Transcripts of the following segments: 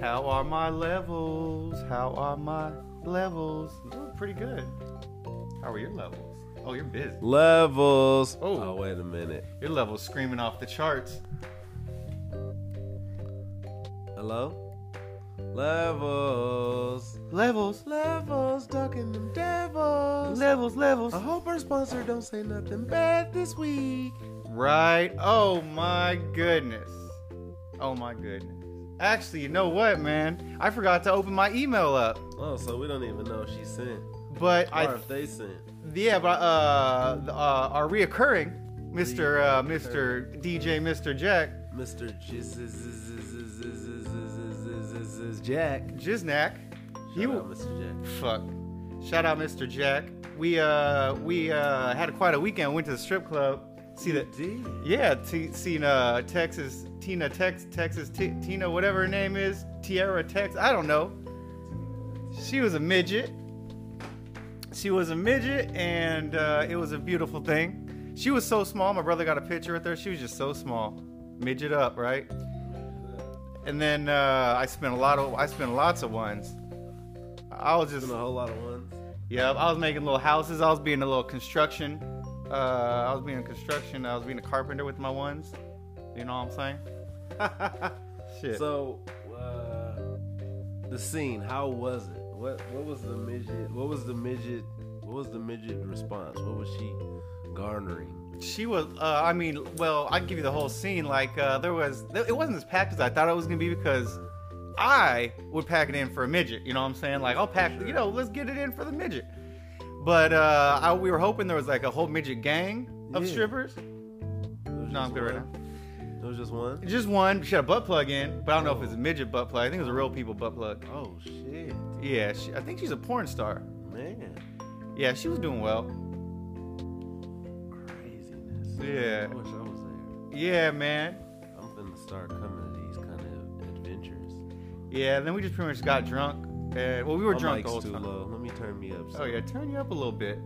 How are my levels? How are my levels? I'm doing pretty good. How are your levels? Oh, you're busy. Levels. Oh. Oh, wait a minute. Your levels screaming off the charts. Hello? Levels. Levels, Levels, ducking them devils. levels, levels. I hope our sponsor don't say nothing bad this week. Right. Oh my goodness. Oh my goodness. Actually, you know what, man? I forgot to open my email up. Oh, so we don't even know if she sent. But Or I if they sent. yeah, but uh, the, uh our reoccurring Mr. Uh, Mr. DJ Mr. Jack Mr. Jesus Jack. Jiznak. He Shout w- out, Mr. Jack. fuck. Shout out Mr. Jack. We uh we uh had quite a weekend. Went to the strip club. See the D. Yeah, T- seen uh, Texas Tina Tex Texas T- Tina whatever her name is Tierra Tex I don't know. She was a midget. She was a midget, and uh, it was a beautiful thing. She was so small. My brother got a picture with her. She was just so small, midget up, right? And then uh, I spent a lot of I spent lots of ones. I was just Doing a whole lot of ones. Yep, I was making little houses. I was being a little construction. Uh, I was being a construction. I was being a carpenter with my ones. You know what I'm saying? Shit. So, uh, the scene. How was it? What What was the midget? What was the midget? What was the midget response? What was she garnering? she was. Uh, I mean, well, I can give you the whole scene. Like uh, there was. It wasn't as packed as I thought it was gonna be because I would pack it in for a midget. You know what I'm saying? Like I'll pack. You know, let's get it in for the midget. But uh, I, we were hoping there was like a whole midget gang of Yeah. strippers. There No, was just I'm good right one? now. There was just one. Just one. She had a butt plug in, but I don't know if it's a midget butt plug. I think it was a real people butt plug. Oh shit, Yeah, she, I think she's a porn star. man, Yeah, she was doing well. craziness. Yeah. I wish I was there. Yeah, man. I'm finna start coming to these kind of adventures. Yeah, then we just pretty much got drunk. And, well, we were My drunk the mic's whole too time. low. Let me turn me up. Oh yeah, turn you up a little bit.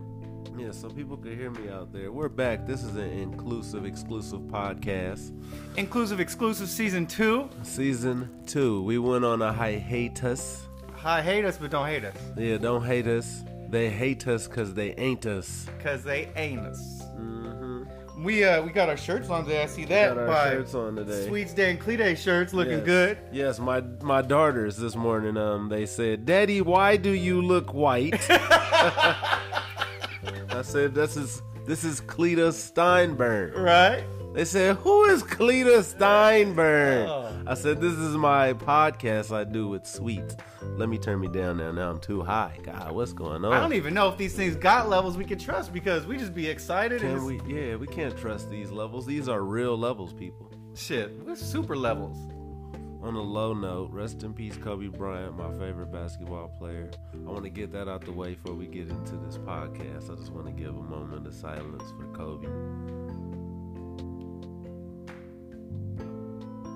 Yeah, so people could hear me out there. We're back. This is an inclusive, exclusive podcast. Inclusive exclusive season two. Season two. We went on a hiatus. I hate us, but don't hate us, Yeah, don't hate us. They hate us because they ain't us. cause they ain't us. Mm-hmm. We uh we got our shirts on today. I see that Got our by shirts on today. Sweets Dan Clete shirts looking Yes. good. Yes, my my daughters this morning. Um, they said, "Daddy, why do you look white?" I said, "This is this is Cleta Steinberg." Right? They said, "Who is Cleta Steinberg?" Oh. I said, "This is my podcast I do with Sweets." Let me turn me down now. Now I'm too high. God, what's going on? I don't even know if these things got levels we can trust because we just be excited and Can it's- we? Yeah, we can't trust these levels. These are real levels, people. shit. We're super levels. On a low note, rest in peace, Kobe Bryant, my favorite basketball player. I want to get that out the way before we get into this podcast. I just want to give a moment of silence for Kobe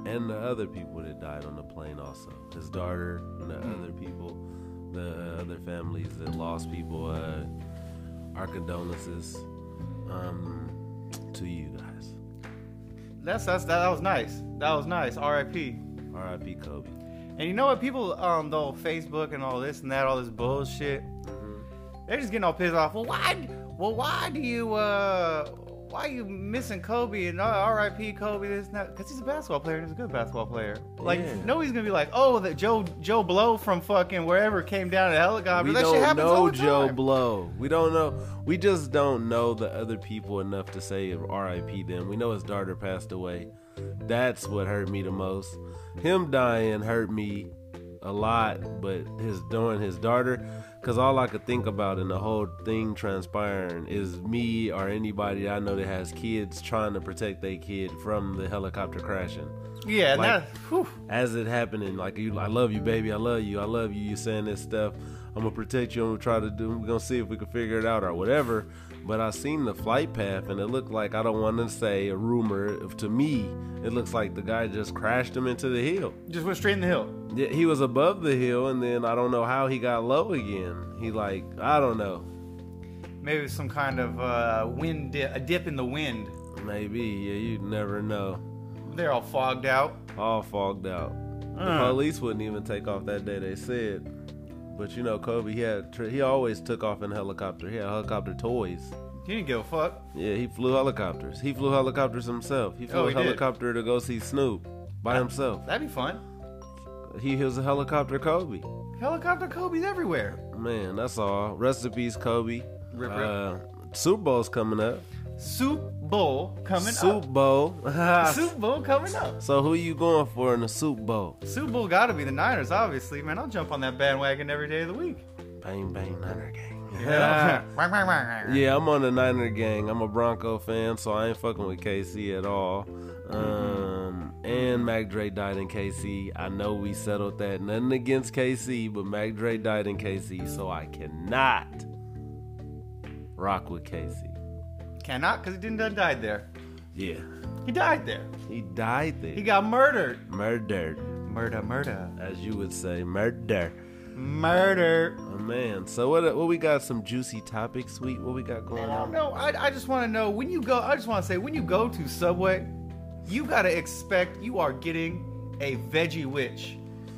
and the other people that died on the plane, also his daughter and the other people, the uh, other families that lost people. Uh, our condolences um, to you guys. That's that's that was nice. That was nice. R.I.P. R.I.P. Kobe. And you know what? People on the whole Facebook and all this and that, all this bullshit, Mm-hmm. they're just getting all pissed off. Well, why? Well, why do you? uh Why you missing Kobe and uh, R.I.P. Kobe? This and that because he's a basketball player. and He's a good basketball player. Like Yeah. nobody's gonna be like, oh, that Joe Joe Blow from fucking wherever came down in a helicopter. we that don't shit happens know all the Joe time. Blow. We don't know. We just don't know the other people enough to say R.I.P. Them. We know his daughter passed away. That's what hurt me the most. Him dying hurt me a lot, but his doing his daughter, because all I could think about in the whole thing transpiring is me or anybody I know that has kids trying to protect their kid from the helicopter crashing Yeah, and Like- that. Whew, as it happening, like you, I love you, baby, I love you, I love you. You saying this stuff, I'm gonna protect you. I'm gonna try to do. We're gonna see if we can figure it out or whatever. But I seen the flight path, and it looked like I don't want to say a rumor. If to me, it looks like the guy just crashed him into the hill. just went straight in the hill. Yeah, He was above the hill, and then I don't know how he got low again. He like I don't know. Maybe some kind of uh, wind, di- a dip in the wind. Maybe yeah, you never know. They're all fogged out. All fogged out. All Uh. The police wouldn't even take off that day. They said, but you know, Kobe, he had tr- he always took off in a helicopter. He had helicopter toys. He didn't give a fuck. Yeah, he flew helicopters. He flew helicopters himself. He flew Oh, a he did. helicopter to go see Snoop by himself. That'd be fun. He was a helicopter Kobe. Helicopter Kobe's everywhere. Man, that's all. Rest in peace, Kobe. Rip, rip. Uh, Super Bowl's coming up. Soup Bowl coming Soup Bowl. up. Soup Bowl coming up. so who you going for in the Soup Bowl? Soup Bowl gotta be the Niners, obviously. Man, I'll jump on that bandwagon every day of the week. Bang bang Niner gang. You know? Wang, wang, wang. yeah, I'm on the Niner gang. I'm a Bronco fan, so I ain't fucking with KC at all. Um, and Mac Dre died in KC. I know we settled that. Nothing against KC, but Mac Dre died in KC, so I cannot rock with KC. Cannot, because he didn't done died there. Yeah, He died there. he died there. He got murdered. murdered. Murder, murder, as you would say, murder. murder. Oh, man, so what? What we got? Some juicy topics, sweet. What we got going I don't on? know. I, I just want to know when you go. I just want to say when you go to Subway, you gotta expect you are getting a veggie witch.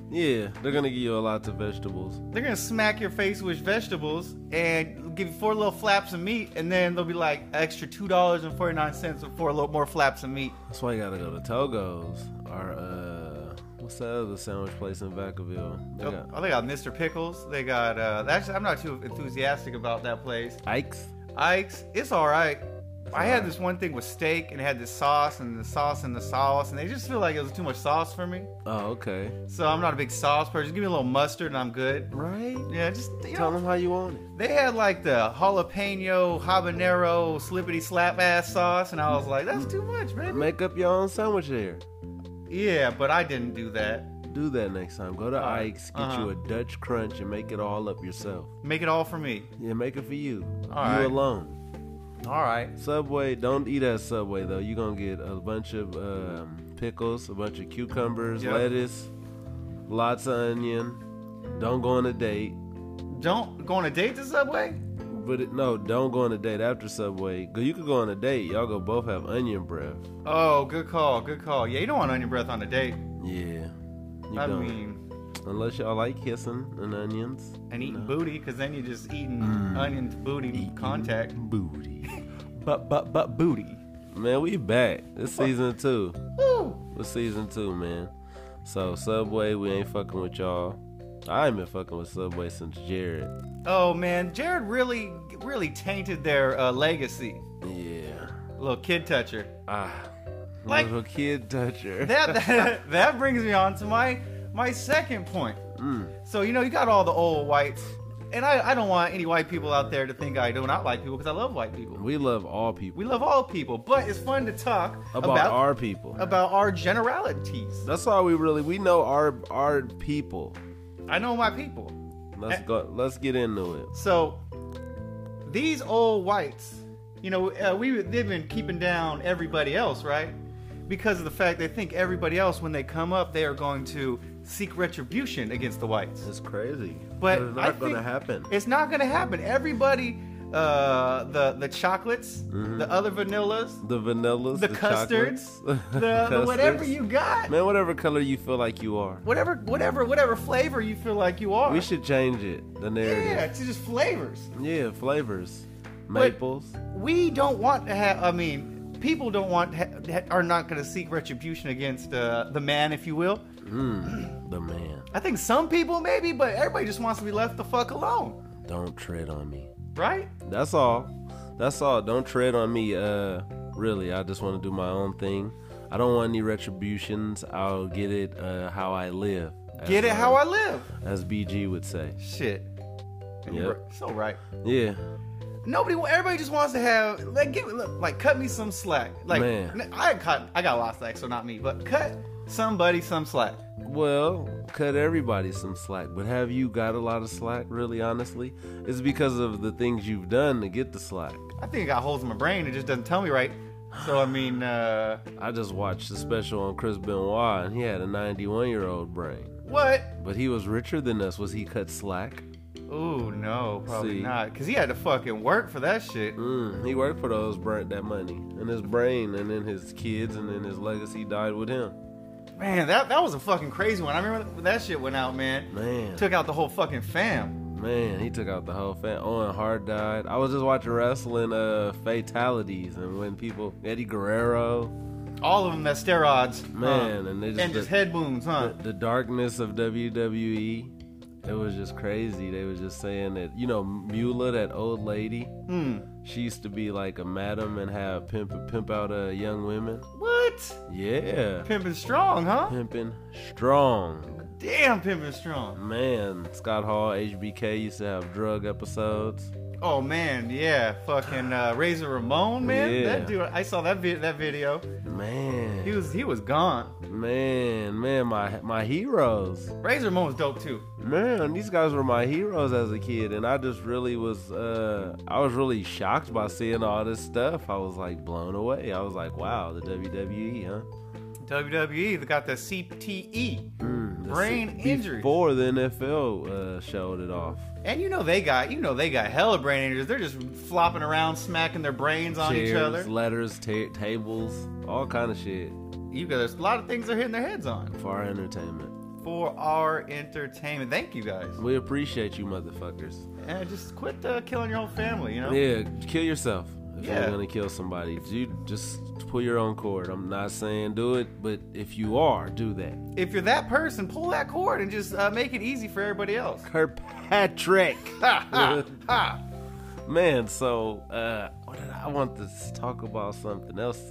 Yeah, they're gonna give you a lot of vegetables. They're gonna smack your face with vegetables and give you four little flaps of meat, and then they'll be like extra two dollars and forty nine cents for four little more flaps of meat. That's why you gotta go to Togo's or uh, what's that other sandwich place in Vacaville? They got Oh, they got Mr. Pickles. They got. Uh, actually, I'm not too enthusiastic about that place. Ike's. Ike's, it's all right. I all right. had this one thing with steak and it had this sauce and the sauce and the sauce, and they just feel like it was too much sauce for me. Oh, okay. So I'm not a big sauce person. Give me a little mustard and I'm good. Right. Yeah, just you Tell know, them how you want it. they had like the jalapeno, habanero, slippity slap ass sauce, and I was like, that's too much, man. Make up your own sandwich there. Yeah, but I didn't do that. Do that next time. Go to Ike's, get Uh-huh. you a Dutch crunch, and make it all up yourself. Make it all for me. Yeah, make it for you. you All right. alone. All right. Subway, don't eat at Subway though. You're gonna get a bunch of um, pickles, a bunch of cucumbers, Yep. lettuce, lots of onion. Don't go on a date. Don't go on a date to Subway. But it, no, don't go on a date after Subway. 'Cause You could go on a date. Y'all go both have onion breath. Oh, good call, good call. Yeah, you don't want onion breath on a date. Yeah. You I don't. mean. Unless y'all like kissing and onions. and eating booty, 'cause then you're just eating Mm. onion to booty contact. Booty. But but but booty. man, we back. It's season two. Woo! With season two, man. So Subway, we ain't fucking with y'all. I ain't been fucking with Subway since Jared. Oh man, Jared really really tainted their uh, legacy. Yeah. Little kid toucher. Ah. Like- little kid toucher. That that, that brings me on to my my second point. Mm. So you know you got all the old whites, and I, I don't want any white people out there to think I do not like people because I love white people. we love all people. We love all people, but it's fun to talk about, our people. about our generalities. That's all we really we know our our people. I know my people. Let's Eh. go let's get into it. So these old whites, you know, uh, we they've been keeping down everybody else, right? Because of the fact they think everybody else, when they come up, they are going to seek retribution against the whites. It's crazy. But it's I not gonna think- happen. It's not going to happen. Everybody, uh, the the chocolates, the other vanillas, The vanillas, the, Mm-hmm. the, custards, the, chocolates, the whatever custards. you got, Man, whatever color you feel like you are. whatever whatever whatever flavor you feel like you are. We should change it. The yeah, narrative. it's just flavors. Yeah, flavors. Maples. we don't want to have. I mean, people don't want ha- ha- are not going to seek retribution against uh, the man, if you will. the man. I think some people maybe, but everybody just wants to be left the fuck alone, Don't tread on me. right? That's all. That's all. Don't tread on me. Uh, really, I just want to do my own thing. I don't want any retributions. I'll get it uh, how I live. as, Get it uh, how I live. as BG would say. Shit. And Yep. you're so right. Yeah, Nobody, everybody just wants to have like give look, like cut me some slack. Like Man. n- I cut, I got a lot of slack, so not me, but cut somebody some slack. Well, cut everybody some slack, but have you got a lot of slack, really, honestly? It's because of the things you've done to get the slack. I think I got holes in my brain. It just doesn't tell me right. So I mean, uh, I just watched the special on Chris Benoit, and he had a 91 year old brain. what? But he was richer than us. Was he cut slack? Ooh, no, probably See. not. Cause he had to fucking work for that shit. Mm, he worked for those burnt that money in his brain, and then his kids, and then his legacy died with him. Man, that that was a fucking crazy one. I remember when that shit went out, man. Man, Took out the whole fucking fam. man, he took out the whole fan. Owen Hart died. I was just watching wrestling uh fatalities and when people Eddie Guerrero, All of them that steroids. man, huh? and they just, and just head wounds, huh? the darkness of WWE. It was just crazy. They was just saying that you know Mueller, that old lady, Hmm. she used to be like a madam and have pimp pimp out uh, young women. What? Yeah, Pimpin' strong, huh? pimping strong. Damn, pimpin' strong. Man, Scott Hall, HBK used to have drug episodes. Oh man, yeah, fucking uh, Razor Ramon, man. Yeah. That dude, I saw that vi- that video. He Man, was he was gone. man, man, my my heroes. Razor Ramon was dope too. Man, these guys were my heroes as a kid, and I just really was, uh, I was really shocked by seeing all this stuff. I was like blown away. I was like, wow, the WWE, huh? WWE E, they got the E. CTE, Mm, this- brain injury. Before the NFL uh, showed it off. And you know they got you know they got hella brain injuries. They're just flopping around, smacking their brains on Chairs, each other. letters, ta- tables, all kind of shit You got there's a lot of things they're hitting their heads on for our entertainment. for our entertainment. Thank you guys. We appreciate you, motherfuckers. And just quit uh, killing your own family. You know. Yeah, kill yourself if Yeah. you're gonna kill somebody. You just pull your own cord. I'm not saying do it, but if you are, do that. If you're that person, pull that cord and just uh, make it easy for everybody else. Kirkpatrick. Ha ha ha. Man, so uh, what did I want to s- talk about something else?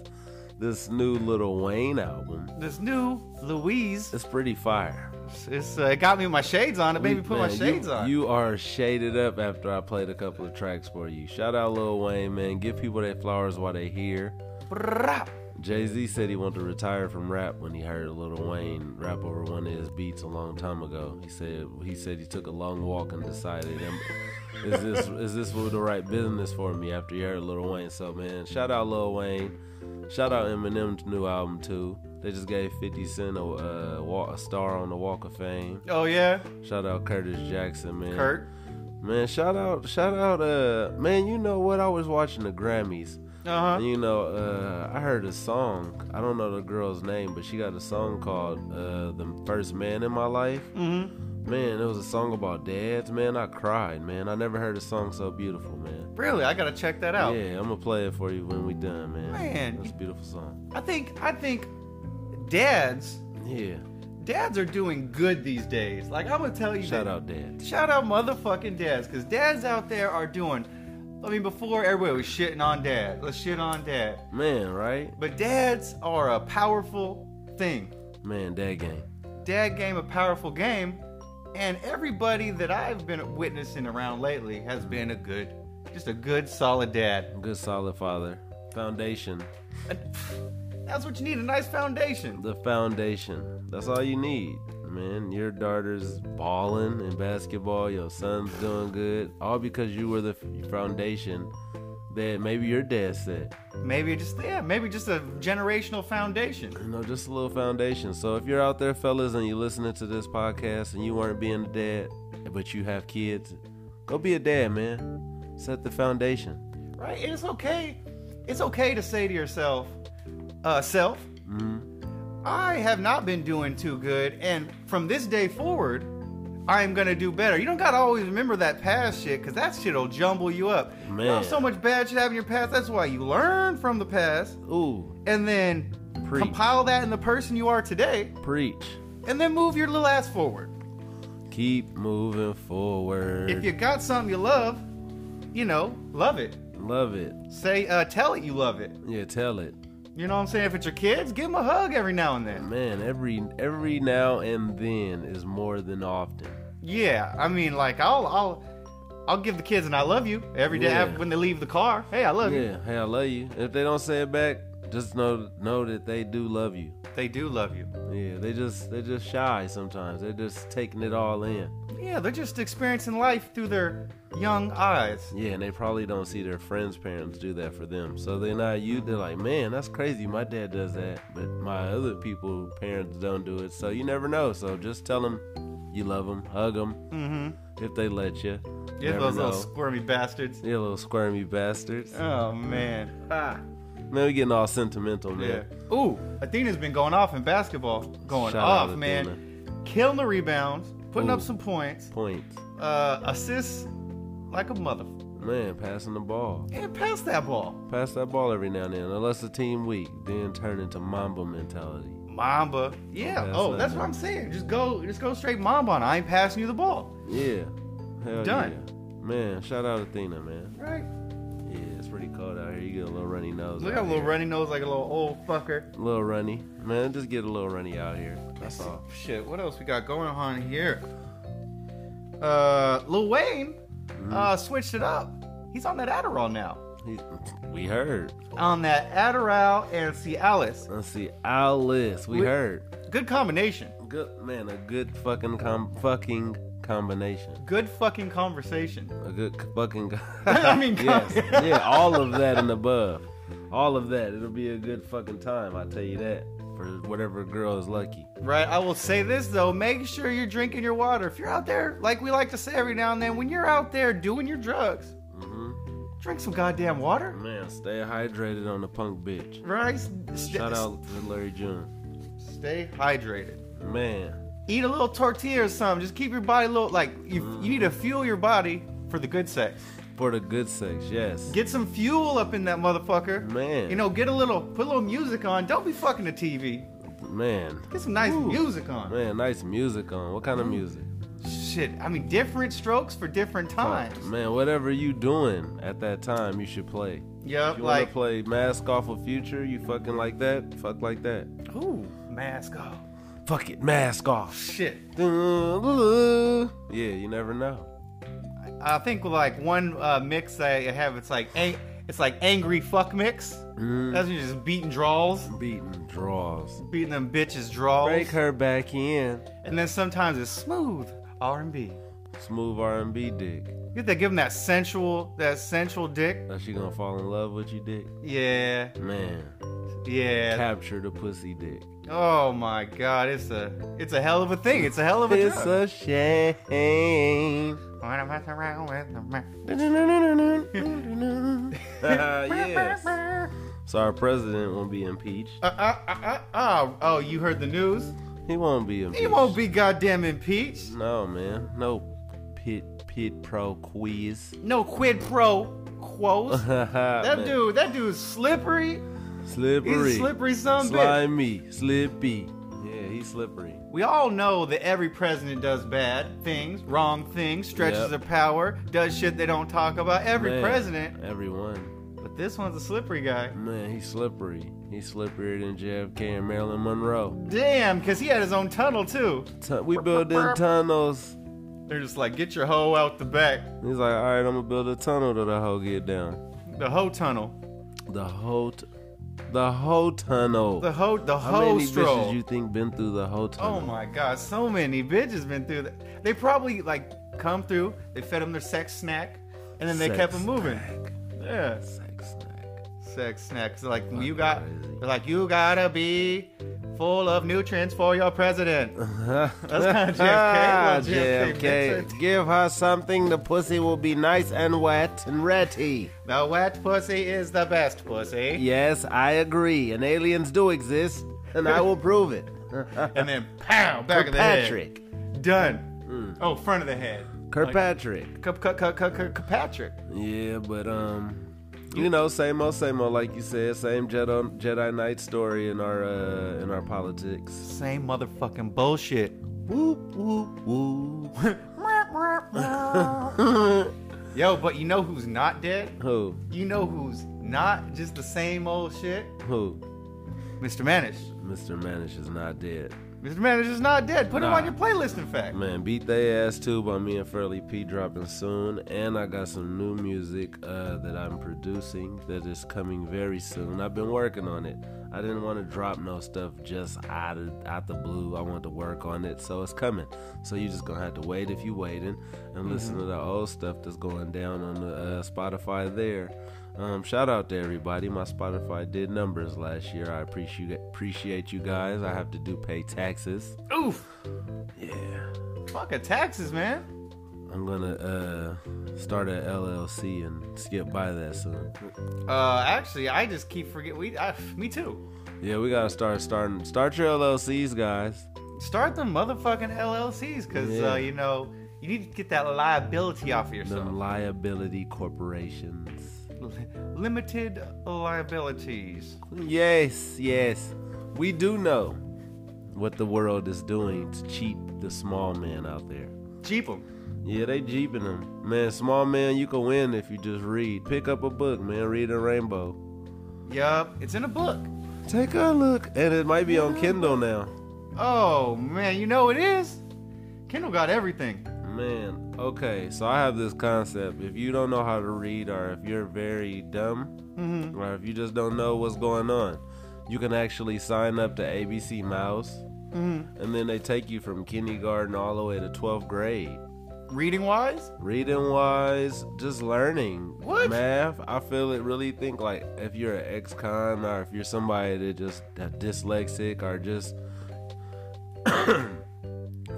This new Little Wayne album. This new Louise, It's pretty fire. it's uh, it got me with my shades on. It made me put my Man, shades you, on. You are shaded up after I played a couple of tracks for you. Shout out Lil Wayne, man. Give people their flowers while they here. Brrrap. Jay Z said he wanted to retire from rap when he heard Lil Wayne rap over one of his beats a long time ago. He said he said he took a long walk and decided, "Am- is this is this what the right business for me? After he heard Lil Wayne, so man, shout out Lil Wayne, shout out Eminem's new album too. They just gave 50 Cent a, uh, wa- a star on the Walk of Fame. Oh yeah, Shout out Curtis Jackson, man. Kurt. Man, shout out, shout out, uh, man. You know what? I was watching the Grammys. Uh And, You know, uh, I heard a song. I don't know the girl's name, but she got a song called uh, "The First Man in My Life." huh. Mm-hmm. Man, it was a song about dads. Man, I cried. Man, I never heard a song so beautiful. Man, Really, I gotta check that out. yeah, I'm gonna play it for you when we done, man. Man. that's a beautiful song. I think I think dads Yeah, dads are doing good these days. Like I'm gonna tell you shout that- out dads. Shout out motherfucking dads, cause dads out there are doing I mean before everybody was shitting on dad. Let's shit on dad. Man, right? But dads are a powerful thing. Man, dad game. Dad game a powerful game, and everybody that I've been witnessing around lately has been a good just a good solid dad. Good solid father. Foundation. And That's what you need, a nice foundation. The foundation. That's all you need, man. Your daughter's balling in basketball. Your son's doing good. All because you were the f- foundation that maybe your dad set. Maybe just yeah, maybe just a generational foundation. You know, just a little foundation. So if you're out there, fellas, and you're listening to this podcast and you weren't being a dad, but you have kids, go be a dad, man. Set the foundation. right? And it's okay. It's okay to say to yourself, uh, self, I have not been doing too good, and from this day forward, I am gonna do better. You don't gotta always remember that past shit, cause that shit'll jumble you up. You know, Man. so much bad shit happened in your past. That's why you learn from the past, Ooh, and then Preach. compile that in the person you are today, preach. and then move your little ass forward. Keep moving forward. If you got something you love, you know, love it. Love it. Say, uh, tell it you love it. Yeah, tell it. You know what I'm saying? If it's your kids, give them a hug every now and then. Man, every every now and then is more than often. Yeah, I mean, like I'll I'll I'll give the kids and I love you every day Yeah. af- when they leave the car. Hey, I love you. Yeah, hey, I love you. If they don't say it back, just know know that they do love you. They do love you. Yeah, they just they just shy sometimes. They're just taking it all in. Yeah, they're just experiencing life through their young eyes. Yeah, and they probably don't see their friends' parents do that for them. So they're not you. They're like, man, that's crazy. My dad does that, but my other people parents don't do it. So you never know. So just tell them you love them, hug them Mm-hmm. if they let you. Yeah, Never those little know. squirmy bastards. Yeah, little squirmy bastards. Oh man. Ah. Now we getting all sentimental, Yeah. man. Ooh, Athena's been going off in basketball. Going Shout off, out man. Killing the rebounds, putting up some points, Points. uh, assists like a mother. Man, passing the ball. And pass that ball. Pass that ball every now and then. Unless the team weak, then turn into Mamba mentality. Mamba. Yeah. Don't pass Oh, that that's what ball. I'm saying. Just go just go straight Mamba on. I ain't passing you the ball. Yeah. Hell Done. yeah. Man, shout out Athena, man. Right? Yeah, it's pretty cold out here. You get a little runny nose. Look out at a little here. runny nose like a little old fucker. Little runny. Man, just get a little runny out here. That's all. Oh, Shit, what else we got going on here? Uh Lil Wayne uh switched it up. He's on that Adderall now. He, we heard. On that Adderall and Cialis. Let's see. Alice. We We- heard. Good combination. Good man, a good fucking com- fucking combination. Good fucking conversation. A good c- fucking. co- I mean, co- yes, yeah, all of that and above, all of that. It'll be a good fucking time. I tell you that for whatever girl is lucky. Right. I will say this though: make sure you're drinking your water. If you're out there, like we like to say every now and then, when you're out there doing your drugs, hmm drink some goddamn water. Man, stay hydrated on the punk bitch. Right. S- st- Shout out to Larry June. Stay hydrated. Man, Eat a little tortilla or something. Just keep your body a little like you. Mm-hmm. You need to fuel your body for the good sex. for the good sex, yes. Get some fuel up in that motherfucker. Man. You know, get a little, put a little music on. Don't be fucking the TV. Man, Get some nice music on. man, nice music on. What kind of music? Shit. I mean, different strokes for different times. Man, whatever you doing at that time, you should play. Yeah. If you Like. wanna play mask off of future, you fucking like that, fuck like that. Ooh, mask off. Fuck it, mask off. Shit. Dun-dun-dun. Yeah, you never know. I think like one uh, mix I have, it's like ang- it's like angry fuck mix. Mm-hmm. That's when you're just beating draws, Beating draws. beating them bitches draws, Break her back in. and then sometimes it's smooth R and B. Smooth R&B dick. You have to give them that sensual, that sensual dick. Now she gonna fall in love with you, dick. Yeah, Man, yeah. capture the pussy dick. Oh my God, it's a it's a hell of a thing. It's a hell of a It's drug. a shame. When I'm messing around with the man. Dun-dun-dun-dun-dun-dun-dun. Ah, yes. So our president won't be impeached. Uh, uh, uh, uh, uh. Oh, you heard the news? He won't be impeached. He won't be goddamn impeached. No, man. No pit pit pro quiz. No quid pro quos. That that dude, that dude's slippery. Slippery. He's slippery son of a bitch. Slimy. Slippy. Yeah, he's slippery. We all know that every president does bad things, wrong things, stretches Yep. their power, does shit they don't talk about. Every Man, president, Everyone. but this one's a slippery guy. Man, he's slippery. He's slipperier than JFK and Marilyn Monroe. Damn, because he had his own tunnel too. Tun- we building tunnels. They're just like, get your hoe out the back, He's like, all right, I'm gonna build a tunnel to the whole get down. the hoe tunnel, The whole, t- the whole tunnel. the hoe, the How hoe many stroll. bitches you think been through the whole tunnel? Oh my god, so many bitches been through that. They probably like come through, they fed them their sex snack, and then they Sex kept them moving. snack. Yeah. Sex snack. sex snacks. Like you Fucking got, crazy. they're like you gotta be full of nutrients for your president. That's kinda Ah, JFK, little JFK mix it. Give her something. The pussy will be nice and wet and ratty. the wet pussy is the best pussy. Yes, I agree. And aliens do exist, and I will prove it. And then pow, back of the Kirkpatrick. Mm. head. Done. Oh, front of the head. Kirkpatrick. Cup, cup, cup, cup, cup, cup, Patrick. Yeah, but um. You know, same old, same old, like you said, same Jedi, Jedi Knight story in our uh, in our politics. Same motherfucking bullshit. Whoop whoop whoop. Yo, but you know who's not dead? who You know who's not just the same old shit? who? Mr. Manish. Mr. Manish is not dead. Mr. Manish is not dead. Put him Nah. on your playlist, in fact. Man, beat they ass too by me and Furley P dropping soon, and I got some new music uh, that I'm producing that is coming very soon. I've been working on it. I didn't want to drop no stuff just out of out the blue. I want to work on it, so it's coming. So you just gonna have to wait if you waiting, and listen to the old stuff that's going down on the uh, Spotify there. Um, shout out to everybody. My Spotify did numbers last year. I appreciate appreciate you guys. I have to do pay taxes. Oof. Yeah. Fuck a taxes, man. I'm gonna uh, start an LLC and skip by that soon. Uh, actually, I just keep forgetting. We, I, me too. Yeah, we gotta start starting start your LLCs, guys. Start the motherfucking LLCs, cause Yeah. uh, you know you need to get that liability off of yourself. Them liability corporations. Li- limited liabilities. Yes, yes. We do know what the world is doing to cheat the small man out there. Jeep 'em. Yeah, they jeeping them. Man, small man, you can win if you just read. Pick up a book, man. Read a rainbow. Yup, it's in a book. Take a look. And it might be on Kindle now. Oh man, you know it is. Kendall got everything. Man, okay, so I have this concept. If you don't know how to read, or if you're very dumb, or if you just don't know what's going on, you can actually sign up to ABC Mouse, and then they take you from kindergarten all the way to 12th grade. Reading wise, Reading wise, just learning. What? Math, I feel it really think like if you're an ex con or if you're somebody that just that dyslexic or just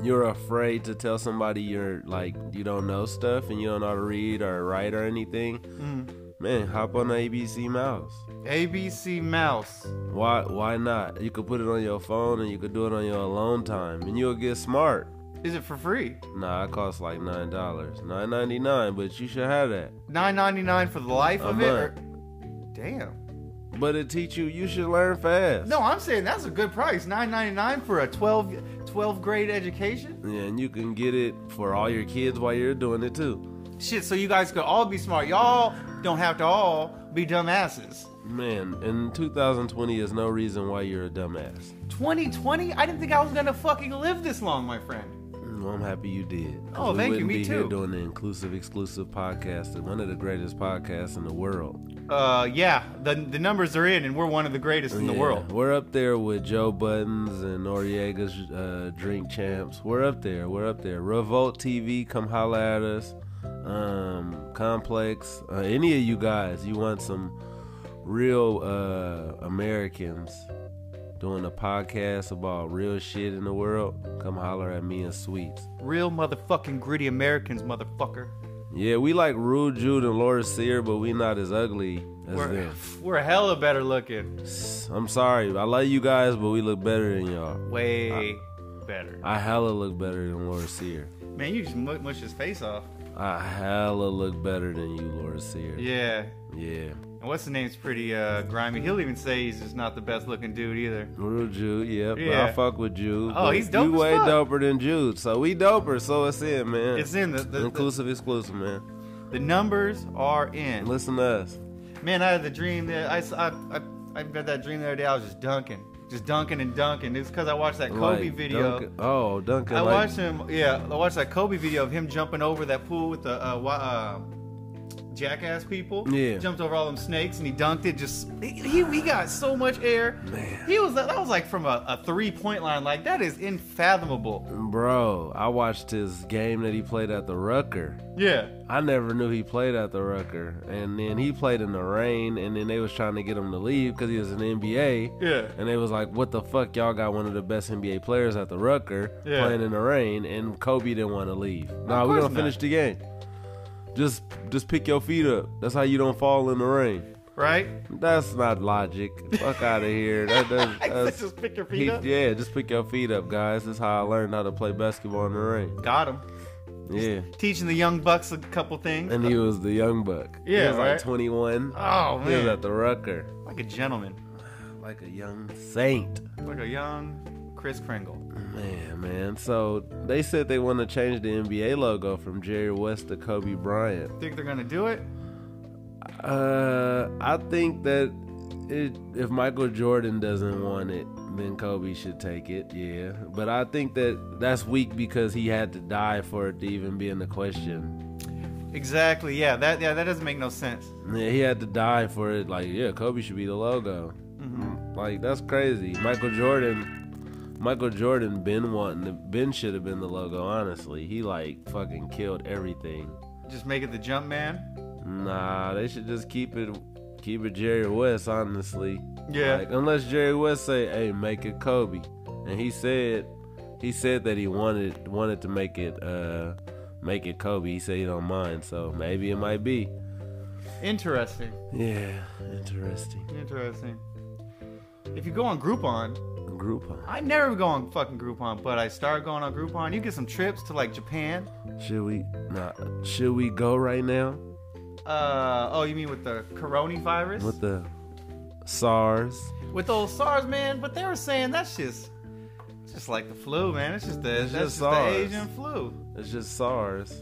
you're afraid to tell somebody you're like you don't know stuff and you don't know how to read or write or anything, Mm. man, hop on the ABC mouse. ABC Mouse. Why why not? You could put it on your phone and you could do it on your alone time and you'll get smart. Is it for free? Nah, it costs like nine dollars. Nine ninety nine, but you should have that. Nine ninety nine for the life A of it. or- Damn. But it teach you you should learn fast. No, I'm saying that's a good price. Nine ninety nine for a 12, 12 grade education. Yeah, and you can get it for all your kids while you're doing it too. Shit, so you guys could all be smart. Y'all don't have to all be dumbasses. Man, in 2020 is no reason why you're a dumbass. 2020? I didn't think I was gonna fucking live this long, my friend. Well, Mm, I'm happy you did. 'cause Oh, we thank you, wouldn't me be Here too. doing the inclusive, exclusive podcast, and one of the greatest podcasts in the world. Uh, yeah, the the numbers are in, and we're one of the greatest in the Yeah, world. We're up there with Joe Buttons and Noriega's uh, Drink Champs. We're up there. We're up there. Revolt TV, come holla at us. Um, Complex, uh, any of you guys, you want some real uh, Americans doing a podcast about real shit in the world? Come holler at me and Sweets. Real motherfucking gritty Americans, motherfucker. Yeah, we like Rude Jude and Laura Sear, but we not as ugly as We're, them. we're hella better looking. I'm sorry. I love you guys, but we look better than y'all. Way better. I hella look better than Laura Sear. Man, you just mu- mush his face off. I hella look better than you, Laura Sear. Yeah. Yeah. And what's the name's pretty uh, grimy. He'll even say he's just not the best looking dude either. Real Jude, yep. Yeah. Yeah. I fuck with Jude. Oh, but he's dope You as way fuck. doper than Jude. So we doper, so it's in, man. It's in the the, the, Inclusive, exclusive, man. the numbers are in. Listen to us. Man, I had the dream that I, s- I, I, I had that dream the other day. I was just dunking, just dunking and dunking. It's because I watched that Kobe Like, video. Duncan- oh, Duncan. I like, watched him. Yeah, I watched that Kobe video of him jumping over that pool with the uh, wa- uh, jackass people. Yeah. jumped over all them snakes and he dunked it. Just he, he, he got so much air. Man. he was that was like from a, a three point line. Like that is unfathomable. Bro, I watched his game that he played at the Rucker. Yeah. I never knew he played at the Rucker. And then he played in the rain, and then they was trying to get him to leave because he was an NBA. Yeah. And they was like, what the fuck? Y'all got one of the best NBA players at the Rucker Yeah. playing in the rain, and Kobe didn't want to leave. Nah, Of we're course going to not. finish the game. Just just pick your feet up. That's how you don't fall in the rain. Right. That's not logic. Fuck out of here. That does, that's, Just pick your feet he- up. yeah, just pick your feet up, guys. That's how I learned how to play basketball in the rain. Got him. Yeah. Teaching the young bucks a couple things. And he was the young buck. He Yeah, was right. like 21. oh He was man, at the Rucker. like a gentleman. Like a young saint. Like a young Chris Kringle. Man, man. So they said they want to change the NBA logo from Jerry West to Kobe Bryant. Think they're gonna do it? Uh, I think that it, if Michael Jordan doesn't want it, then Kobe should take it. Yeah, but I think that that's weak because he had to die for it to even be in the question. Exactly. Yeah. That yeah. That doesn't make no sense. Yeah, he had to die for it. Like, yeah, Kobe should be the logo. Like that's crazy. Michael Jordan, Michael Jordan been wanting to, Ben should have been the logo. Honestly, he like fucking killed everything. Just make it the jump man. Nah, they should just keep it, keep it Jerry West. Honestly, Yeah. Like, unless Jerry West say, "Hey, make it Kobe," and he said, he said that he wanted wanted to make it uh, make it Kobe. He said he don't mind, so maybe it might be. Interesting. Yeah, interesting. Interesting. If you go on Groupon, Groupon. I never go on fucking Groupon, but I started going on Groupon. You get some trips to like Japan. Should we nah, should we go right now Uh, oh, you mean with the coronavirus? with the SARS? with old SARS, man. But they were saying that's just, it's just like the flu, man. It's just the that's It's just just the SARS. Asian flu. It's just SARS.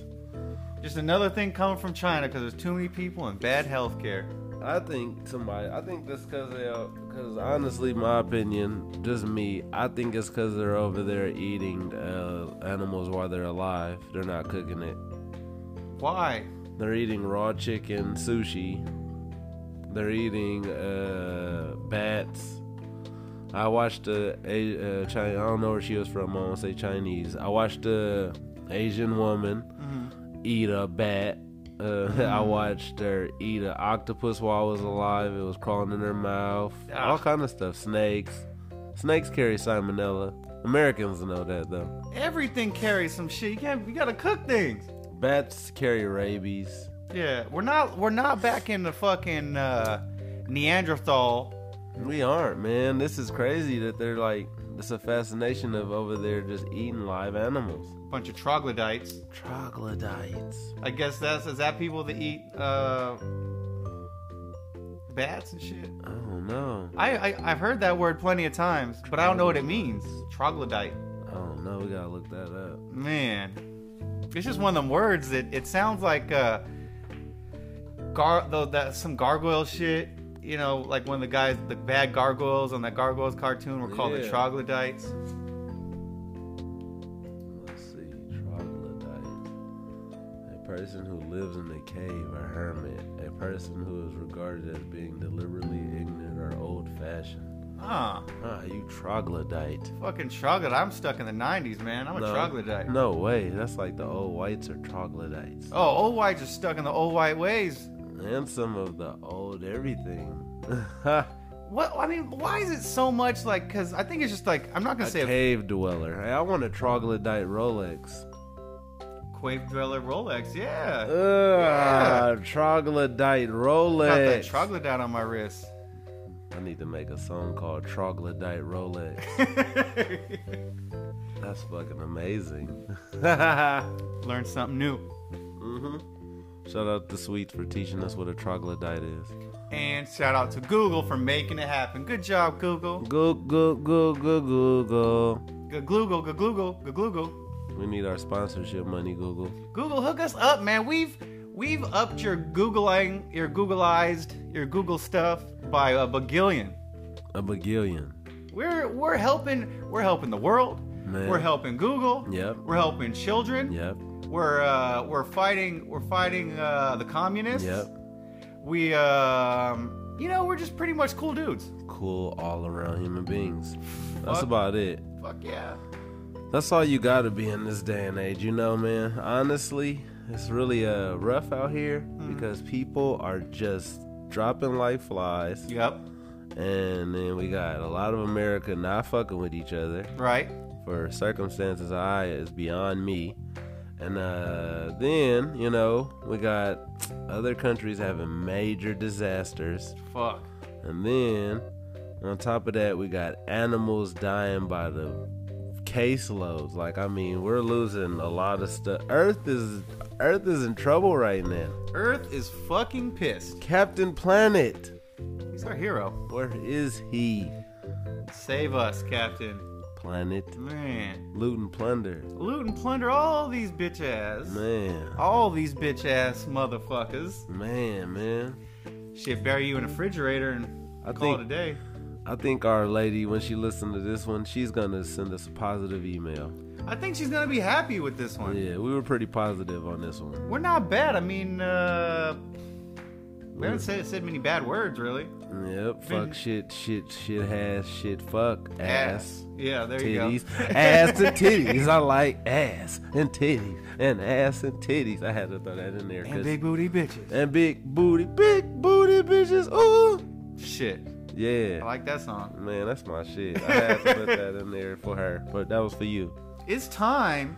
Just another thing coming from China because there's too many people and bad healthcare. I think somebody. I think that's because they. Because honestly, my opinion, just me. I think it's because they're over there eating uh, animals while they're alive. They're not cooking it. Why? They're eating raw chicken sushi. They're eating uh, bats. I watched a, a uh, China. I don't know where she was from. I won't say Chinese. I watched a Asian woman eat a bat. Uh, I watched her eat an octopus while I was alive. It was crawling in her mouth. All Ugh. kind of stuff. Snakes. Snakes carry salmonella. Americans know that though. Everything carries some shit. You can't. You gotta cook things. Bats carry rabies. Yeah, we're not. We're not back in the fucking uh, Neanderthal. We aren't, man. This is crazy that they're like it's a fascination of over there just eating live animals. Bunch of troglodytes. Troglodytes. I guess that's is that people that eat uh, bats and shit. I don't know. I, I I've heard that word plenty of times, but I don't know what it means. Troglodyte, I don't know. Oh, We gotta look that up. man, it's just one of them words that it sounds like uh, gar though that some gargoyle shit. You know, like when the guys, the bad gargoyles on that gargoyles cartoon were called the Yeah. troglodytes. Let's see. Troglodyte. A person who lives in a cave, a hermit. A person who is regarded as being deliberately ignorant or old fashioned. Ah, Ah, you troglodyte. fucking troglodyte. I'm stuck in the '90s, man. I'm a troglodyte. No way. That's like the old whites are troglodytes. Oh, old whites are stuck in the old white ways. And some of the old everything. What I mean, why is it so much like? Because I think it's just like I'm not a gonna say cave dweller. Hey, I want a troglodyte Rolex. a Quave Dweller Rolex. Yeah, Ugh, troglodyte got that Rolex. troglodyte on my wrist. I need to make a song called Troglodyte Rolex. That's fucking amazing. mm-hmm. Learn something new. Shout out to Sweets for teaching us what a troglodyte is. And shout out to Google for making it happen. Good job, Google. Go go go go Google. Google, Google, Google. We need our sponsorship money, Google. Google, hook us up, man. We've we've upped your Googling, your Googleized, your Google stuff by a bagillion. A bagillion. We're we're helping we're helping the world. Man. We're helping Google. Yep. We're helping children. Yep. We're uh, we're fighting we're fighting uh, the communists. Yep. We um, you know we're just pretty much cool dudes. Cool all around human beings. That's Fuck. about it. Fuck yeah. That's all you gotta be in this day and age, you know, man. Honestly, it's really uh, rough out here because people are just dropping like flies, Yep. and then we got a lot of America not fucking with each other Right. for circumstances I is beyond me. And uh, then you know we got other countries having major disasters, Fuck. and then on top of that we got animals dying by the caseloads. Like I mean, we're losing a lot of stuff. Earth is Earth is in trouble right now. Earth is fucking pissed. Captain Planet, He's our hero. where is he? Save us, Captain. Planet Man. loot and plunder, Loot and plunder all these bitch ass. man, All these bitch ass motherfuckers. man, man. Shit, bury you in a refrigerator and I call think- it a day. I think our lady, when she listens to this one, she's gonna send us a positive email. I think she's gonna be happy with this one. Yeah, we were pretty positive on this one. We're not bad. I mean, uh, we haven't said, said many bad words, really. Yep. Fuck shit, shit, shit, ass, shit, fuck ass. Yeah, there you Titties, go. ass and titties. I like ass and titties and ass and titties. I had to throw that in there. 'cause- and big booty bitches. and big booty, big booty bitches. Ooh, Shit. I yeah, like that song. man, that's my shit. I had to put that in there for her, but that was for you. It's time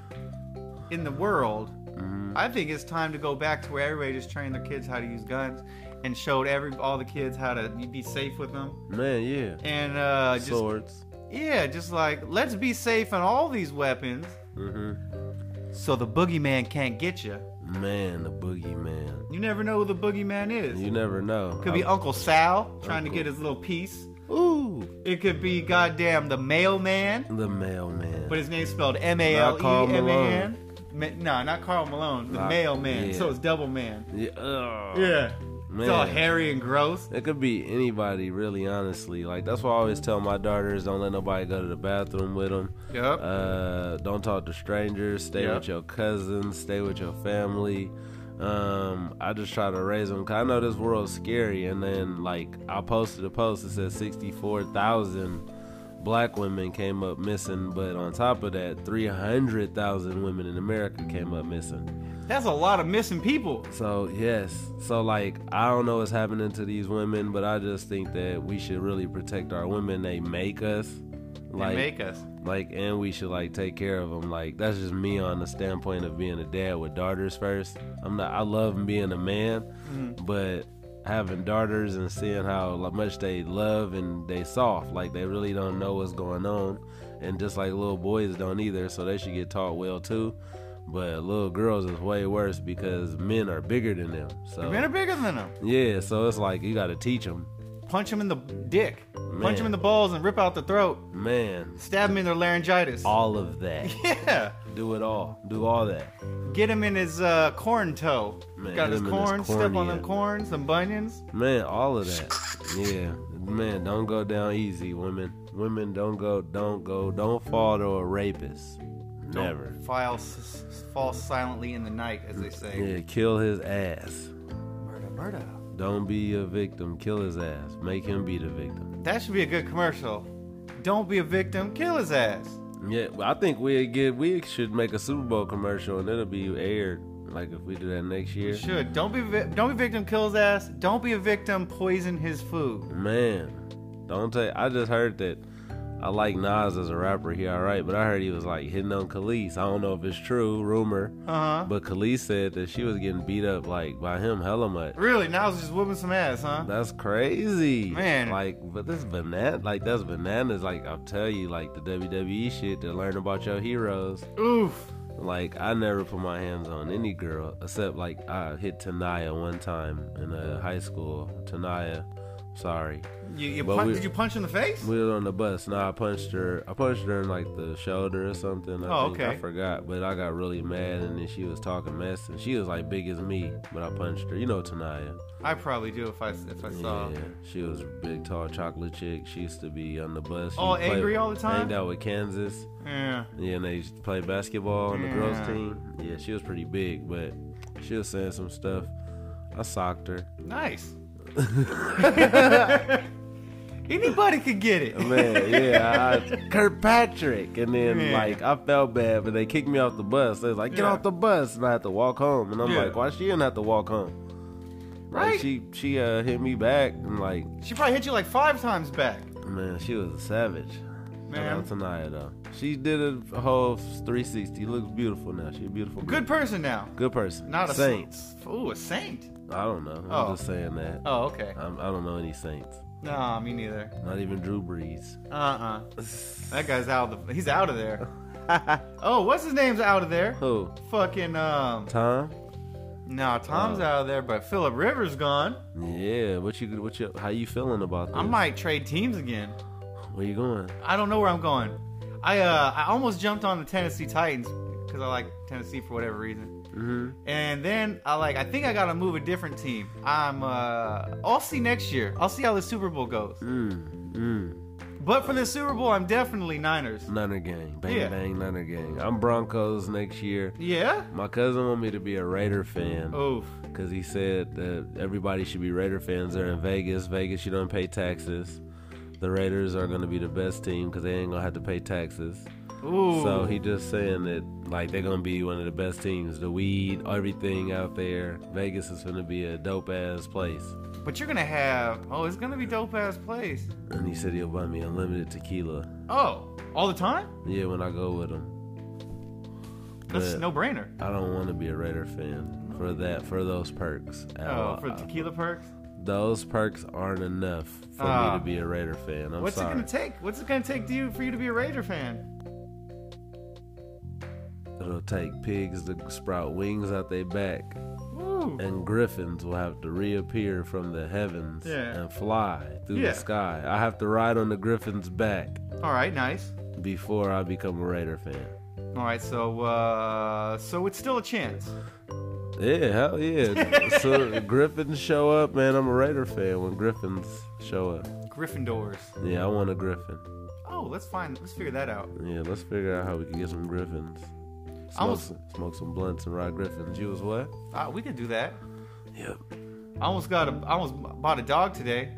in the world Mm-hmm. I think it's time to go back to where everybody just trained their kids how to use guns and showed every all the kids how to be safe with them Man, yeah. and uh, just Swords. yeah, just like let's be safe in all these weapons Mm-hmm. so the boogeyman can't get you. Man, the boogeyman. You never know who the boogeyman is. You never know. Could be Uncle Sal trying to Uncle- get his little piece. Ooh, It could be goddamn the mailman, the mailman. but his name's spelled M A L Carl E M A Malone. N. Ma- Nah, not Carl Malone. The Not- mailman. yeah. So it's double man. yeah. ugh. Yeah. It's all Oh, Man. hairy and gross. It could be anybody, really, honestly. Like that's why I always tell my daughters: don't let nobody go to the bathroom with them. Yep. Uh, don't talk to strangers. Stay Yep. with your cousins. Stay with your family. Um, I just try to raise them. Cause I know this world's scary. And then like I posted a post that said sixty-four thousand black women came up missing, but on top of that, three hundred thousand women in America came up missing. That's a lot of missing people. So yes, so like I don't know what's happening to these women, but I just think that we should really protect our women. They make us, They like, make us. like, and we should like take care of them. Like that's just me on the standpoint of being a dad with daughters first. I'm not. I love being a man, Mm-hmm. but having daughters and seeing how like, much they love and they soft, like they really don't know what's going on, and just like little boys don't either. So they should get taught well too. But little girls is way worse because men are bigger than them. So Men are bigger than them. yeah, so it's like you got to teach them, Punch them in the dick. Punch them Man. in the balls and rip out the throat. man. Stab them in their laryngitis. All of that. Yeah. Do it all. Do all that. Get him in his uh, corn toe. Man, Got hit his him in his corn, step on cornea. them corns, some bunions. Man, all of that. Yeah. Man, don't go down easy, women. Women don't go don't go don't fall to a rapist. Never. File s- s- fall silently in the night, as they say. Yeah, kill his ass. Murder, murder. Don't be a victim, kill his ass. Make him be the victim. That should be a good commercial. Don't be a victim. Kill his ass. Yeah, but I think we get we should make a Super Bowl commercial and it'll be aired like if we do that next year. Should don't be vi- don't be victim. Kill his ass. Don't be a victim. Poison his food. Man, don't take. I just heard that. I like Nas as a rapper. He all right, but I heard he was like hitting on Khalees. I don't know if it's true, rumor. Uh huh. But Khalees said that she was getting beat up like by him hella much. Really? Now it's just whooping some ass, huh? That's crazy, Man. Like, but this banana, like that's bananas. Like I'll tell you, like the WWE shit to learn about your heroes. Oof. Like I never put my hands on any girl except like I hit Tanaya one time in uh, high school. Tanaya, sorry. You, you But punch, we- did you punch in the face? We were on the bus. Nah, I punched her. I punched her in like the shoulder or something. I Oh, think. okay. I forgot, but I got really mad, and then she was talking mess, and she was like big as me, but I punched her. You know Tanaya. I probably do if I if I saw. yeah, she was a big, tall, chocolate chick. She used to be on the bus. She All played- angry all the time? Hanged out with Kansas. Yeah. Yeah, and they used to play basketball on the girls' Yeah. team. Yeah, she was pretty big, but she was saying some stuff. I socked her. Nice. Anybody could get it. Man, yeah, I, Kirkpatrick. And then, Yeah. like, I felt bad, but they kicked me off the bus. They was like, get Yeah. off the bus. And I had to walk home. And I'm Yeah. like, why she didn't have to walk home? Right. Like, she, she uh, hit me back. And, like, She probably hit you like five times back. man, she was a savage. Shout Man. out to Naya, though. She did a whole 360. Looks beautiful now. She's a beautiful. Good girl. person now. Good person. Not a saint. saint. Ooh, a saint. I don't know. Oh. I'm just saying that. Oh, okay. I'm, I don't know any saints. Nah, me neither. Not even Drew Brees. Uh uh That guy's out of the. He's out of there. oh, what's his name's out of there? Who? Fucking um. Tom? Nah, Tom's Oh. out of there, but Philip Rivers gone. Yeah. What you? What you? How you feeling about this? I might trade teams again. Where you going? I don't know where I'm going. I uh I almost jumped on the Tennessee Titans because I like Tennessee for whatever reason. Mm-hmm. And then I like I think I gotta move a different team. I'm uh I'll see next year. I'll see how the Super Bowl goes. Mm. Mm. But for the Super Bowl, I'm definitely Niners. Nunner gang. Bang Yeah. bang. Nunner gang. I'm Broncos next year. Yeah. My cousin want me to be a Raider fan. Oof. because he said that everybody should be Raider fans. They're in Vegas. Vegas, you don't pay taxes. The Raiders are going to be the best team because they ain't going to have to pay taxes. Ooh. So he just saying that like they're going to be one of the best teams. The weed, everything out there. Vegas is going to be a dope ass place. but you're gonna have oh, it's gonna be dope ass place. And he said he'll buy me unlimited tequila. Oh, all the time? Yeah, when I go with him. That's But- no brainer. I don't want to be a Raider fan for that for those perks. at Oh, all. for tequila perks. those perks aren't enough for Ah. me to be a Raider fan. I'm What's sorry. it gonna take? What's it gonna take to you for you to be a Raider fan? It'll take pigs to sprout wings out their back, Woo. and griffins will have to reappear from the heavens Yeah. and fly through Yeah. the sky. I have to ride on the griffin's back All right, nice. before I become a Raider fan. All right, so uh, so it's still a chance. Yeah, hell yeah. so griffins show up, man. I'm a Raider fan when griffins show up. Gryffindors. Yeah, I want a griffin. Oh, let's find. Let's figure that out. Yeah, let's figure out how we can get some griffins. I Smoke, was- some, smoke some blunts and ride griffins. You as what? Uh, we could do that. Yep. I almost got a. I almost bought a dog today.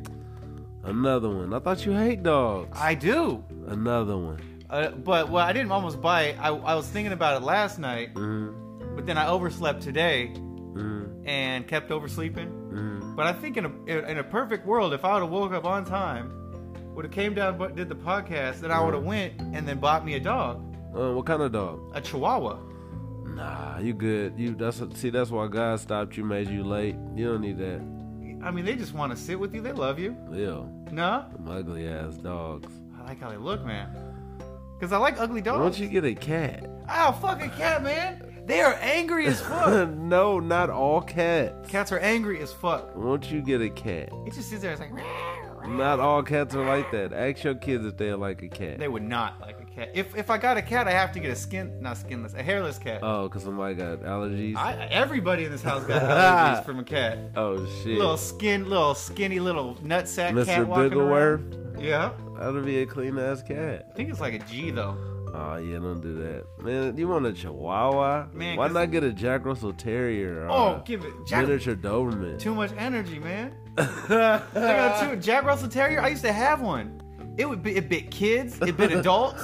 Another one. I thought you hate dogs. I do. Another one. Uh, but well, I didn't almost buy it. I, I was thinking about it last night, Mm-hmm. but then I overslept today and kept oversleeping. Mm-hmm. But I think in a in a perfect world, if I would have woke up on time, would have came down but did the podcast, then I would have went and then bought me a dog, Uh, what kind of dog? a Chihuahua. Nah, you good. You that's see that's why God stopped you, made you late. You don't need that. I mean, they just want to sit with you. They love you. Ew, No, them ugly ass dogs. I like how they look, man. Cause I like ugly Why dogs. don't you get a cat? Ow, fucking cat, man. They are angry as fuck. no, not all cats. Cats are angry as fuck. Why don't you get a cat? It just sits there. It's like. "Meow, meow." Not all cats are like that. Ask your kids if they like a cat. They would not like a cat. If if I got a cat, I have to get a skin, not skinless, a hairless cat. Oh, cause somebody got allergies. I, everybody in this house got allergies from a cat. oh shit. Little skin, little skinny, little nutsack cat Mr. walking Bigglesworth. around. Yeah, That'll be a clean ass cat. I think it's like a G though. Oh yeah, don't do that, man. You want a Chihuahua? Man, Why 'cause- not get a Jack Russell Terrier? uh, Or Oh, a give it Jack. miniature Doberman. Too much energy, man. I got two Jack Russell Terrier. I used to have one. It would be, it bit kids, it bit adults.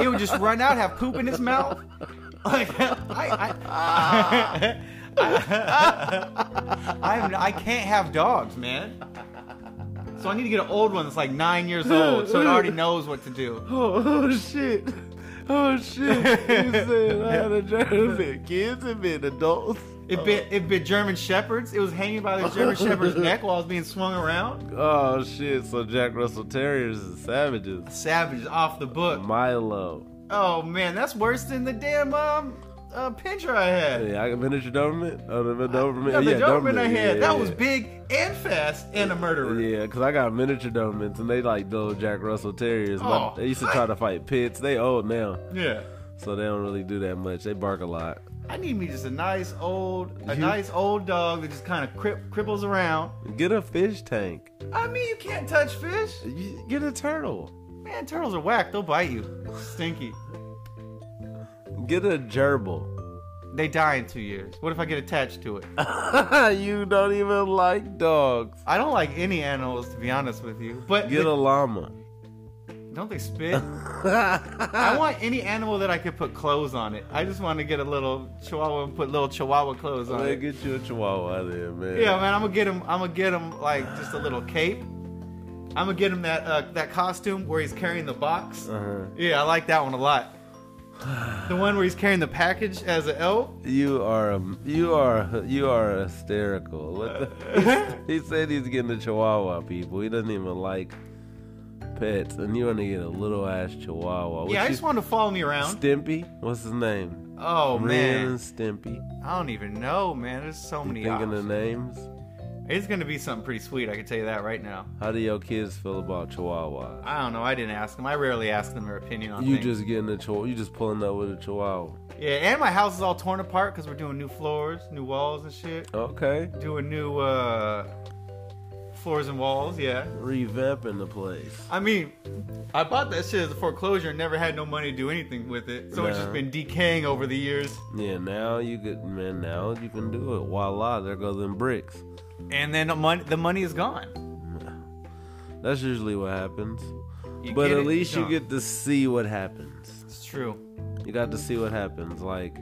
It would just run out, have poop in its mouth. Like I, I, I, I'm, I can't have dogs, man. So I need to get an old one that's like nine years old, so it already knows what to do. oh, oh, shit. Oh shit! You said I had a Jack Russell. Kids and been adults. It bit it bit German shepherds. It was hanging by the German shepherd's neck while I was being swung around. Oh shit! So Jack Russell Terriers is savages. Savage off the book. Milo. Oh man, that's worse than the damn um uh, pincher I had. Yeah, I got miniature Doberman. Oh, the Doberman. Yeah, the yeah, Doberman I had. yeah, that yeah. was big and fast and a murderer. Yeah, because I got miniature Dobermans and they like little Jack Russell Terriers. but Oh. they used to try to fight pits. They old now, Yeah. so they don't really do that much. They bark a lot. I need me just a nice old, a You- nice old dog that just kind of cri- cripples around. Get a fish tank. I mean, you can't touch fish. You- Get a turtle. Man, turtles are whack. They'll bite you. Stinky. Get a gerbil. They die in two years. What if I get attached to it? you don't even like dogs. I don't like any animals, to be honest with you. But Get a llama. don't they spit? I want any animal that I could put clothes on it. I just want to get a little chihuahua and put little chihuahua clothes on Man, it. get you a chihuahua there, man. Yeah, man, I'm gonna get him. I'm gonna get him like just a little cape. I'm gonna get him that uh, that costume where he's carrying the box. Uh-huh. Yeah, I like that one a lot. The one where he's carrying the package as an elf. You are a, you are you are hysterical. What the, he said he's getting a Chihuahua, people. He doesn't even like pets, and you want to get a little ass Chihuahua. What Yeah, I you- just want him to follow me around. Stimpy. What's his name? Oh Ren man, Stimpy. I don't even know, man. There's so many Thinking of options. names. It's gonna be something pretty sweet. I can tell you that right now. How do your kids feel about Chihuahua? I don't know. I didn't ask them. I rarely ask them their opinion on You things. just getting a chihuahua. You just pulling up with a Chihuahua. Yeah, and my house is all torn apart because we're doing new floors, new walls and shit. Okay, Doing new uh, floors and walls, yeah. revamping the place. I mean, I bought that shit as a foreclosure and never had no money to do anything with it. So it's No. just been decaying over the years. Yeah, now you could, man. Now you can do it. Voila! There go them bricks. And then the money, the money is gone. That's usually what happens. You But get at it? least you Gone. get to see what happens. It's true. You got to see what happens. Like,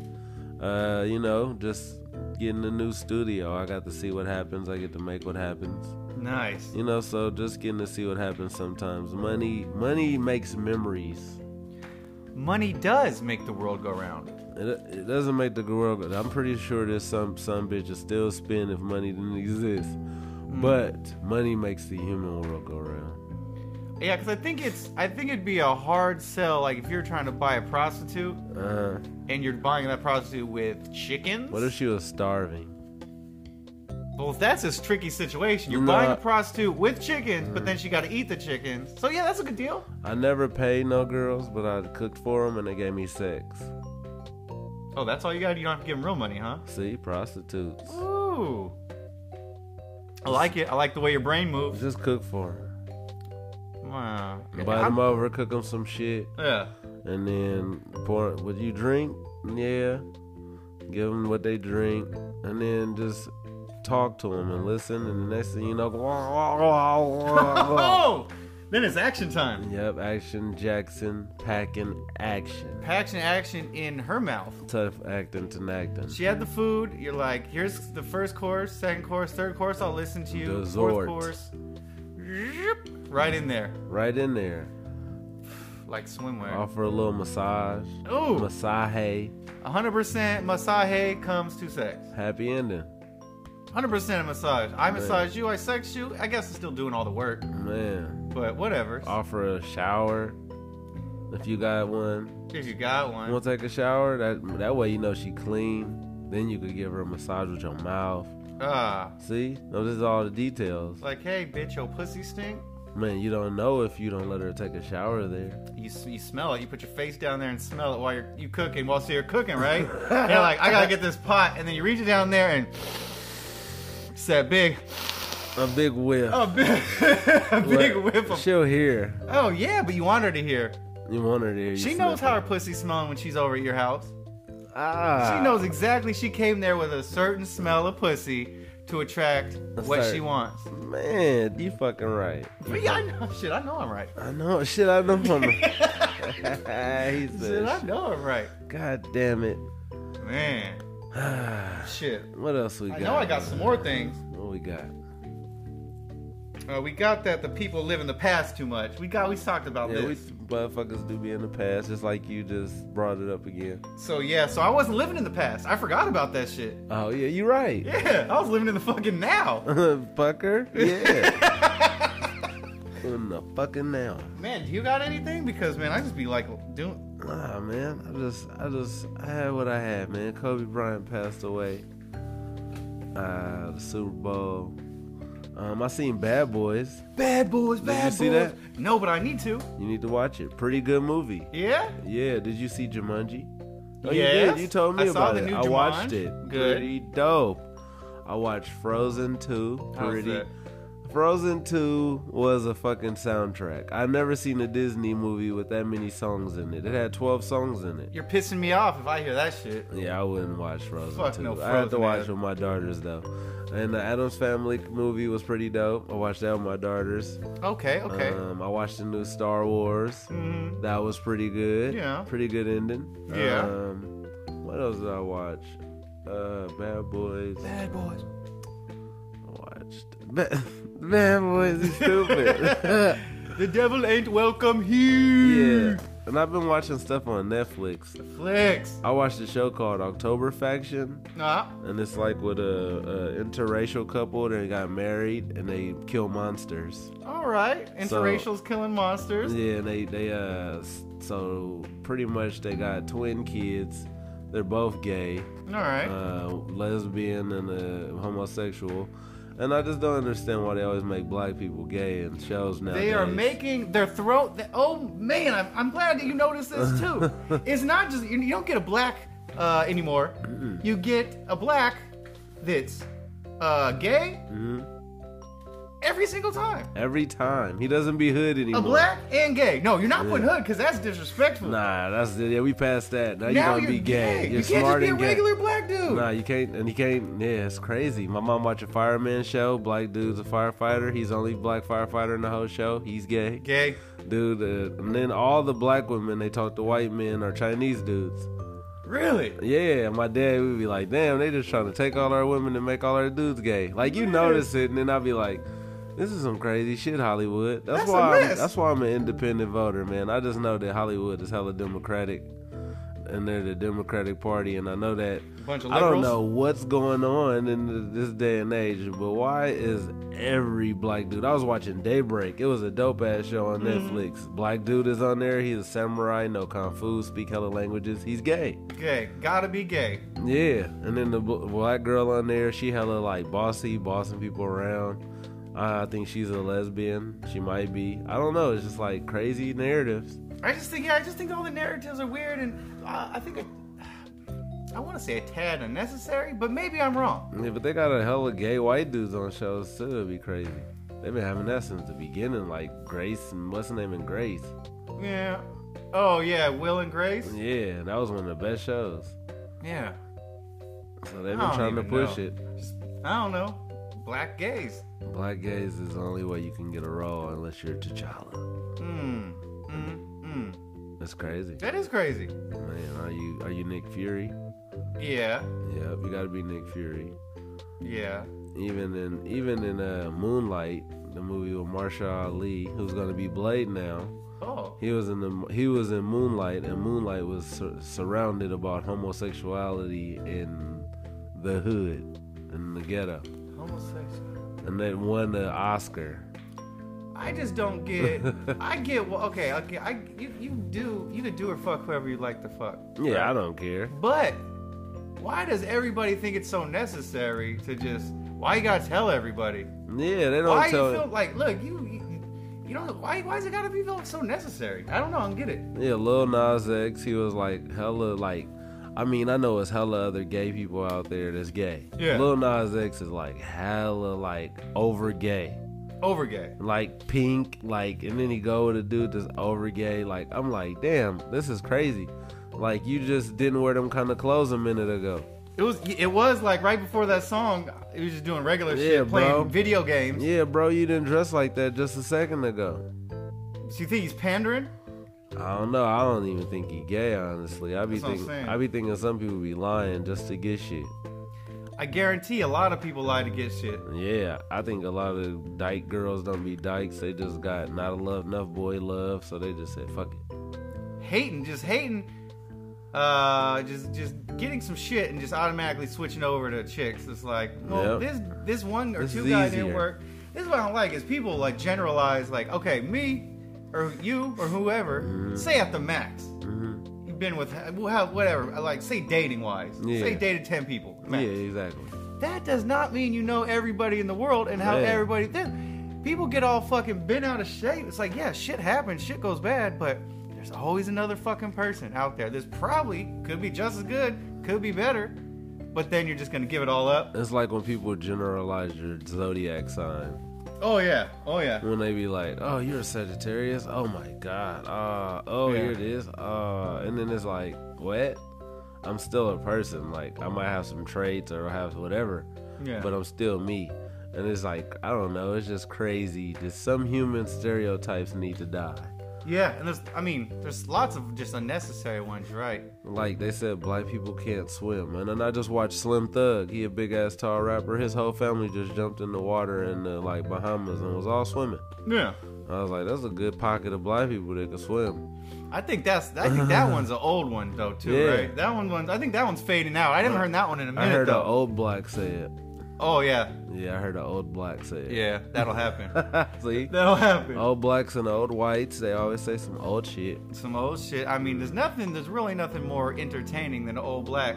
uh, you know, just getting a new studio. I got to see what happens. I get to make what happens. Nice. You know, so just getting to see what happens sometimes. Money money makes memories. money does make the world go round. It, it doesn't make the world. go- I'm pretty sure there's some some bitches still spend if money didn't exist, but money makes the human world go round. Yeah, because I think it's I think it'd be a hard sell. Like if you're trying to buy a prostitute Uh, and you're buying that prostitute with chickens. what if she was starving? well, that's a tricky situation. You're Nah. buying a prostitute with chickens, but then she got to eat the chickens. So yeah, that's a good deal. I never paid no girls, but I cooked for them and they gave me sex. Oh, that's all you got. You don't have to give them real money, huh? See, prostitutes. Ooh. I like it. I like the way your brain moves. Just cook for them. Wow. Invite them over, cook them some shit, Yeah. and then pour. Would you drink? Yeah. Give them what they drink, and then just talk to them and listen. And the next thing you know, Oh, then it's action time. Yep, action Jackson packing action. Action, action in her mouth. Tough acting to acting. She had the food. You're like, here's the first course, second course, third course. I'll listen to you. The Fourth Zord. course. Zhup, Right in there, Right in there. like swimwear. Offer a little massage. Ooh, Masahe. 100% massage comes to sex. Happy ending. 100% massage. I massage you, I sex you. I guess I'm still doing all the work, Man. but whatever. Offer a shower. If you got one. If you got You one. wanna take a shower? That that way you know she clean. Then you could give her a massage with your mouth. Ah, See? Notice all the details. like, hey, bitch, your pussy stink. Man, you don't know if you don't let her take a shower there. You, s- you smell it. You put your face down there and smell it while you're you cooking. While so you're cooking, right? you're like, I gotta get this pot, and then you reach it down there and it's that big, A big whiff. a big, a big whiff of. She'll hear. Oh yeah, but you want her to hear. You want her there. She knows how her pussy's smelling when she's over at your house. Ah. She knows exactly. She came there with a certain smell of pussy to attract what certain- she wants. Man, you fucking right. But yeah, I know shit. I know I'm right. I know. Shit, I know from He said, Shit, I know I'm right. God damn it. Man, shit. What else we I got? know I got some more things. What we got? Uh, we got that the people live in the past too much. We got we talked about Yeah, we this. motherfuckers do be in the past, just like you just brought it up again. So yeah, so I wasn't living in the past. I forgot about that shit. Oh, yeah, you right. Yeah, I was living in the fucking now. Fucker. Yeah. in the fucking now. Man, do you got anything? Because man, I just be like doing. Nah, man. I just, I just, I had what I had, man. Kobe Bryant passed away. Uh, the Super Bowl. Um, I seen Bad Boys. Bad boys, bad you see boys. No, but I need to. You need to watch it. Pretty good movie. Yeah. Yeah. Did you see Jumanji? Oh, you Yes. did. You told me I saw about the it. new I watched it. Jumanji. Good. Pretty dope. I watched Frozen 2. How's Pretty. that? Frozen 2 was a fucking soundtrack. I've never seen a Disney movie with that many songs in it. It had 12 songs in it. You're pissing me off if I hear that shit. Yeah, I wouldn't watch Frozen Fuck 2. no I had to Frozen, watch man. with my daughters, though. And the Adams Family movie was pretty dope. I watched that with my daughters. Okay, okay. Um, I watched the new Star Wars. Mhm. That was pretty good. Yeah. Pretty good ending. Yeah. Um, what else did I watch? Uh, Bad Boys. I Bad boys. watched. Bad, Bad Boys is stupid. The devil ain't welcome here. yeah. And I've been watching stuff on Netflix. Flicks. I watched a show called October Faction, Nah. and it's like with a, a interracial couple that got married and they kill monsters. All right. So- Interracials killing monsters. Yeah, and they they uh s- so pretty much they got twin kids. They're both gay, All right. uh, lesbian and uh, homosexual, and I just don't understand why they always make black people gay in shows now. They are making their throat. th- oh man, I'm, I'm glad that you noticed this too. it's not just you, you don't get a black uh, anymore. You get a black that's uh, gay Mm-hmm. every single time. every time. He doesn't be hood anymore. A black and gay. No, you're not putting hood because that's disrespectful. Nah, that's it. Yeah, we passed that. Now, now you you're gonna be gay. You're you can't just smart be a and gay. regular black dude. Nah, you can't, and you can't. Yeah, it's crazy. My mom watched a fireman show. Black dude's a firefighter. He's the only black firefighter in the whole show. He's gay. Gay. dude. Uh, and then all the black women they talk to white men are Chinese dudes. Really? Yeah, my dad would be like, "Damn, they just trying to take all our women and make all our dudes gay." Like you notice it, and then I'd be like, This is some crazy shit, Hollywood. That's, That's a why. I'm, mess. that's why I'm an independent voter, man. I just know that Hollywood is hella democratic, and they're the Democratic Party, and I know that. Bunch of I don't liberals. know what's going on in th- this day and age, but why is every black dude? I was watching Daybreak. It was a dope ass show on Mm-hmm. Netflix. Black dude is on there. He's a samurai, no kung fu, speak hella languages. He's gay. Gay. Gotta be gay. Yeah, and then the bl- black girl on there, she hella like bossy, bossing people around. I I think she's a lesbian. She might be. I don't know. It's just like crazy narratives. I just think, yeah, I just think all the narratives are weird, and uh, I think it, I want to say a tad unnecessary, but maybe I'm wrong. Yeah, but they got a hella gay white dudes on shows too. It'd be crazy. They've been having that since the beginning, like Grace and what's her name and Grace. Yeah. Oh yeah, Will and Grace. Yeah, that was one of the best shows. Yeah. So they've I been don't trying to even push know. it. Just, I don't know. Black gays. Black gays is the only way you can get a role unless you're T'Challa. Mm. Mm. Mm. That's crazy, That is crazy. man. Are you are you Nick Fury? Yeah. Yep, you gotta be Nick Fury. Yeah. even in even in uh, Moonlight, the movie with Marsha Ali, who's gonna be Blade now. Oh. He was in the he was in Moonlight, and Moonlight was sur- surrounded about homosexuality in the hood, in the ghetto, Homosexual. and that won the Oscar. I just don't get. I get. Well, okay. Okay. I. You. You do. You could do or fuck whoever you like to fuck. Yeah, I don't care. But why does everybody think it's so necessary to just? Why you gotta tell everybody? Yeah, they don't Why tell. you feel like? Look, you. You, you don't. Why? Why does it gotta be feel so necessary? I don't know. I don't get it. Yeah, Lil Nas X, he was like hella like. I mean, I know it's hella other gay people out there that's gay. Yeah. Lil Nas X is like hella like over gay. Over gay. like pink, like, and then he go with a dude that's over gay. Like, I'm like, damn, this is crazy. Like, you just didn't wear them kind of clothes a minute ago. It was. It was like right before that song. He was just doing regular Yeah, shit, playing bro. video games. Yeah, bro, you didn't dress like that just a second ago. So you think he's pandering? I don't know. I don't even think he gay, honestly. I be That's what I'm thinking, saying. I be thinking some people be lying just to get shit. I guarantee a lot of people lie to get shit. Yeah, I think a lot of dyke girls don't be dykes. They just got not enough, enough boy love, so they just said fuck it. hating, just hating, uh, just just getting some shit and just automatically switching over to chicks. It's like, well, Yep. this this one or This two is guy easier. didn't work. This is what I don't like is people like generalize like, okay, me or you or whoever, Mm-hmm. say at the max. You've been with well, whatever, like say dating wise, Yeah. say dated ten people. Max. Yeah, exactly. That does not mean you know everybody in the world and how Yeah. everybody. Then people get all fucking bent out of shape. It's like, yeah, shit happens, shit goes bad, but there's always another fucking person out there. This probably could be just as good, could be better, but then you're just gonna give it all up. It's like when people generalize your zodiac sign. Oh yeah, oh yeah. when they be like, "Oh, you're a Sagittarius. Oh my God. Uh, oh, Yeah. here it is. Uh," and then it's like, "What? I'm still a person. Like, I might have some traits or have whatever, Yeah. but I'm still me." And it's like, I don't know. It's just crazy that some human stereotypes need to die. Yeah, and there's, I mean, there's lots of just unnecessary ones, you're right? Like they said, black people can't swim. And then I just watched Slim Thug. He a big ass tall rapper. His whole family just jumped in the water in the like Bahamas and was all swimming. Yeah. I was like, that's a good pocket of black people that can swim. I think that's, I think that one's an old one though, too, Yeah. right? That one, one's, I think that one's fading out. I haven't heard that one in a minute I heard though. an old black say it. oh yeah, Yeah, I heard an old black say it. yeah, that'll happen. See? That'll happen. Old blacks and old whites, they always say some old shit. Some old shit. I mean, there's nothing. There's really nothing more entertaining than an old black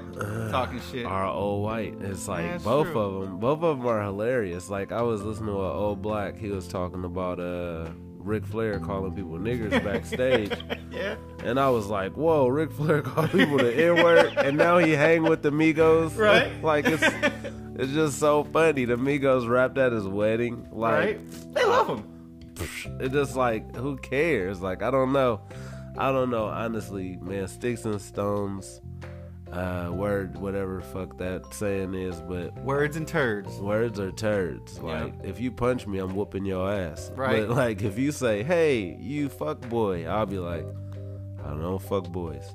talking shit. Or old white. It's like That's both true. of them. Both of them are hilarious. Like I was listening to an old black. He was talking about uh Ric Flair calling people niggers backstage, Yeah. and I was like, "Whoa, Ric Flair called people the N word, and now he hang with the Migos." Right. like it's it's just so funny. The Migos rapped at his wedding. Like right. They love him. it just like who cares like i don't know i don't know honestly man sticks and stones uh word whatever fuck that saying is but Words and turds. words are turds Yeah. like if you punch me i'm whooping your ass Right. but like if you say hey you fuck boy i'll be like i don't fuck boys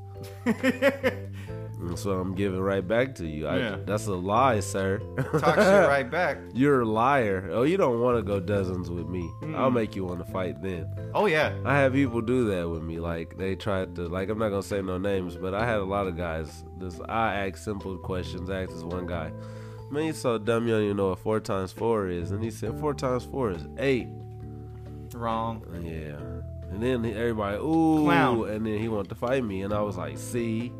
And so I'm giving right back to you. I, Yeah. That's a lie, sir. Talk shit right back. You're a liar. Oh, you don't want to go dozens with me. Mm. I'll make you want to fight then. Oh yeah. I had people do that with me. Like they tried to like I'm not gonna say no names, but I had a lot of guys. This I asked simple questions. I asked this one guy, man, you so dumb you don't even know what four times four is, and he said four times four is eight. Wrong. Yeah. And then he- everybody, ooh, Clown. and then he wanted to fight me, and I was like, see,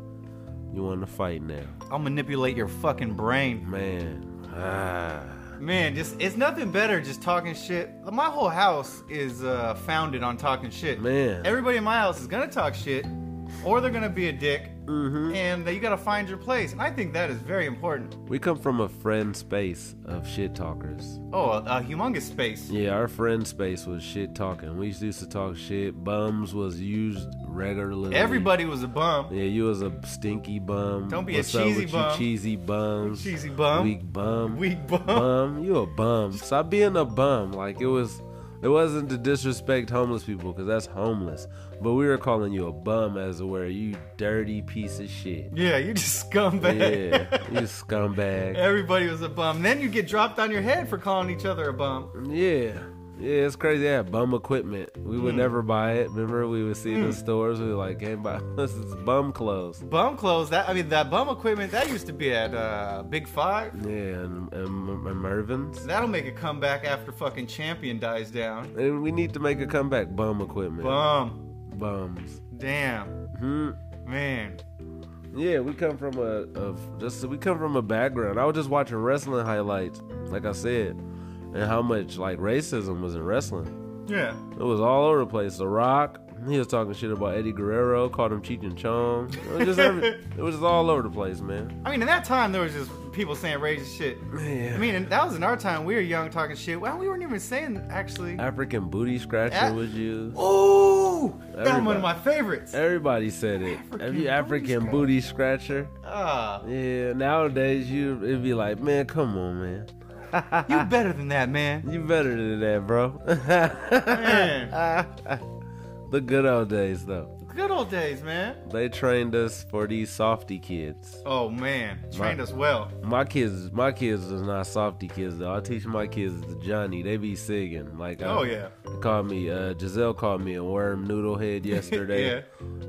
you want to fight now, I'll manipulate your fucking brain. man. Ah. Man, just it's nothing better just talking shit. My whole house is uh, founded on talking shit. Man. everybody in my house is gonna talk shit, or they're gonna be a dick, Mm-hmm. and you gotta find your place. And I think that is very important. We come from a friend space of shit talkers. Oh, a, a humongous space. Yeah, our friend space was shit talking. We used to talk shit. Bums was used regularly. Everybody was a bum. Yeah, you was a stinky bum. Don't be a What's up cheesy with bum. You cheesy bums. Cheesy bum. Weak bum. Weak bum. Bum. You a bum. Stop being a bum. Like it was, it wasn't to disrespect homeless people because that's homeless. But we were calling you a bum as a where you dirty piece of shit. Yeah, you just scumbag. Yeah, you scumbag. Everybody was a bum. Then you get dropped on your head for calling each other a bum. Yeah. Yeah, it's crazy. Yeah, bum equipment. We would never buy it. Remember, we would see it in stores. We were like, "Can't buy this is bum clothes." Bum clothes. That I mean, that bum equipment that used to be at uh, Big Five. Yeah, and, and, and Mervin's. That'll make a comeback after fucking Champion dies down. And we need to make a comeback. Bum equipment. Bum. Bums. Damn. Hmm. Man. Yeah, we come from a, a just we come from a background. I was just watching wrestling highlights, like I said, and how much like racism was in wrestling. Yeah. It was all over the place. The Rock, he was talking shit about Eddie Guerrero, called him Cheech and Chong. It was just every, it was just all over the place, man. I mean, in that time, there was just people saying racist shit. Man. I mean, and that was in our time. We were young talking shit. Well, we weren't even saying, actually. African booty scratcher Ah. was used. Ooh! That Everybody. one of my favorites. Everybody said it. African Have you booty African scratcher. booty scratcher? Ah. Yeah, nowadays you it'd be like, man, come on, man. Ah, you better than that, man. You better than that, bro. Man. the good old days, though. Good old days, man. They trained us for these softy kids. Oh, man. Trained My- us well. My kids, my kids is not softy kids though. I teach my kids the Johnny. They be singing like. uh, I- Oh, yeah. they Called me. Uh, Giselle called me a worm noodle head yesterday. Yeah.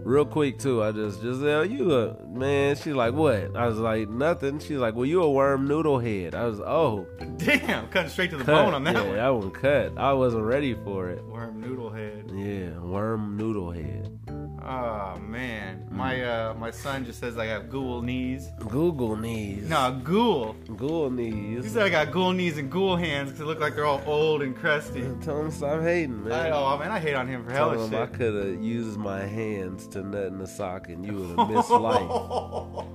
Real quick too. I just Giselle, you a man. She's like, what? I was like, nothing. She's like, well, you a worm noodle head. I was, oh, Damn. Cutting straight to the cut. bone on that yeah, one. that one cut. I wasn't ready for it. Worm noodle head. Yeah, worm noodle head. Oh man, Mm. my uh, my son just says I got ghoul knees. Google knees. No, ghoul. Google He knees. said I got ghoul knees and ghoul hands because it look like they're all old and crusty. Tell him stop hating, man. I, oh man, I hate on him for Tell hella him I shit. could have used my hands to nut in the sock and you would have missed life.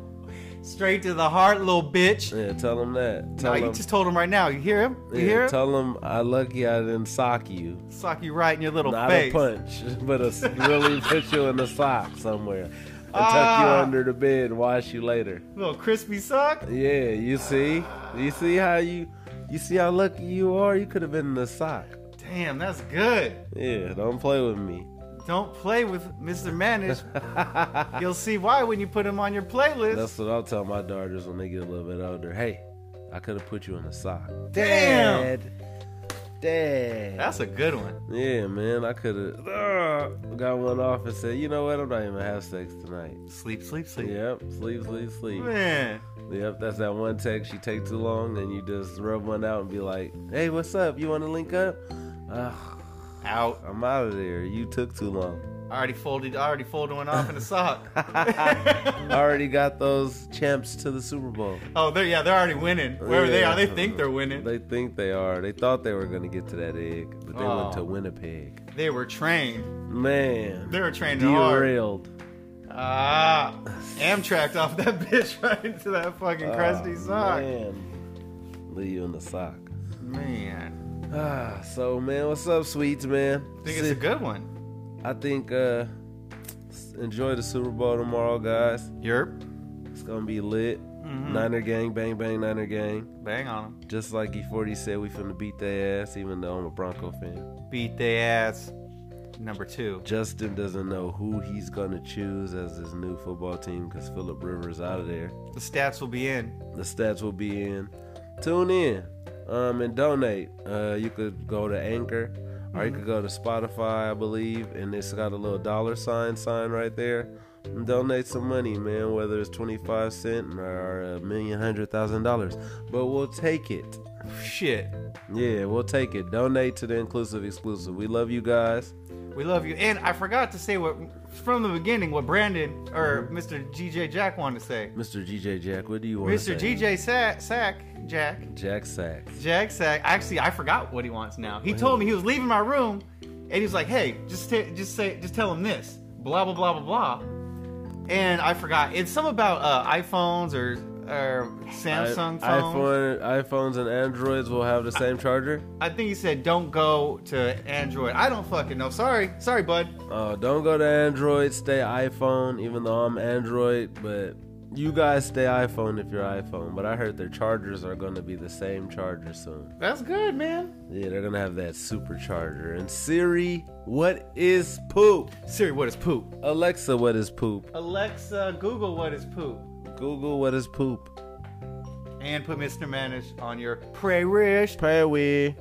Straight to the heart, little bitch. Yeah, tell him that. No, Tell you him. just told him right now. You hear him? You yeah, hear him? Tell him I lucky I didn't sock you. Sock you right in your little Not face. a punch, but a s really put you in the sock somewhere and tuck you Ah. under the bed and wash you later. Little crispy sock. Yeah, you see, you see how you, you see how lucky you are. You could have been in the sock. Damn, that's good. Yeah, don't play with me. Don't play with Mr. Manish. You'll see why when you put him on your playlist. That's what I'll tell my daughters when they get a little bit older. Hey, I could have put you in a sock. Damn. Dad. Dad. That's a good one. yeah, man, I could have got one off and said, you know what, I'm not even gonna have sex tonight. Sleep, sleep, sleep. Yep, sleep, sleep, sleep. Man, Yep, that's that one text you take too long and you just rub one out and be like, hey, what's up? You want to link up? Ugh, out. I'm out of there. You took too long. I already folded. I already folded one off in a sock. I already got those champs to the Super Bowl. oh, they're yeah, they're already winning. Wherever they Yeah. are, they think they're winning. They think they are. They thought they were gonna get to that egg, but they Aw. went to Winnipeg. They were trained. Man, They were trained hard. derailed. Ah, Amtrak off that bitch right into that fucking crusty Oh, sock. Man. Man, leave you in the sock. Ah, so man, what's up, sweets, man? I think it's a good one. I think uh, s- enjoy the Super Bowl tomorrow, guys. Yerp. It's gonna be lit. Mm-hmm. Niner gang, bang bang, Niner gang. Bang on them. Just E like E40 said, we finna beat their ass, even though I'm a Bronco fan. Beat their ass. number two. Justin doesn't know who he's gonna choose as his new football team because Philip Rivers out of there. The stats will be in. The stats will be in. Tune in um, and donate. Uh, you could go to Anchor or you could go to Spotify, I believe, and it's got a little dollar sign sign right there. And donate some money, man, whether it's 25 cents or a million, hundred thousand dollars. But we'll take it. Shit. Yeah, we'll take it. Donate to the Inclusive Exclusive. We love you guys. We love you. And I forgot to say what from the beginning what Brandon or Mr. GJ Jack wanted to say. Mr. GJ Jack, what do you want to say? Mr. GJ Sack, Sack Jack Jack Sack. Jack Sack. Actually, I forgot what he wants now. He told me he was leaving my room, and he was like, "Hey, just t- just say just tell him this, blah blah blah blah blah." And I forgot. It's some about uh, iPhones or or I- Samsung phones. iPhone, iPhones and Androids will have the same charger. I think he said don't go to Android. I don't fucking know. Sorry, sorry, bud. Uh, don't go to Android, stay iPhone, even though I'm Android, but you guys stay iPhone if you're iPhone. But I heard their chargers are going to be the same charger soon. That's good, man. Yeah, they're going to have that supercharger. And Siri, what is poop? Siri, what is poop? Alexa, what is poop? Alexa, Google, what is poop? Google, what is poop? And put Mr. Manish on your prayer wish. Prayer we.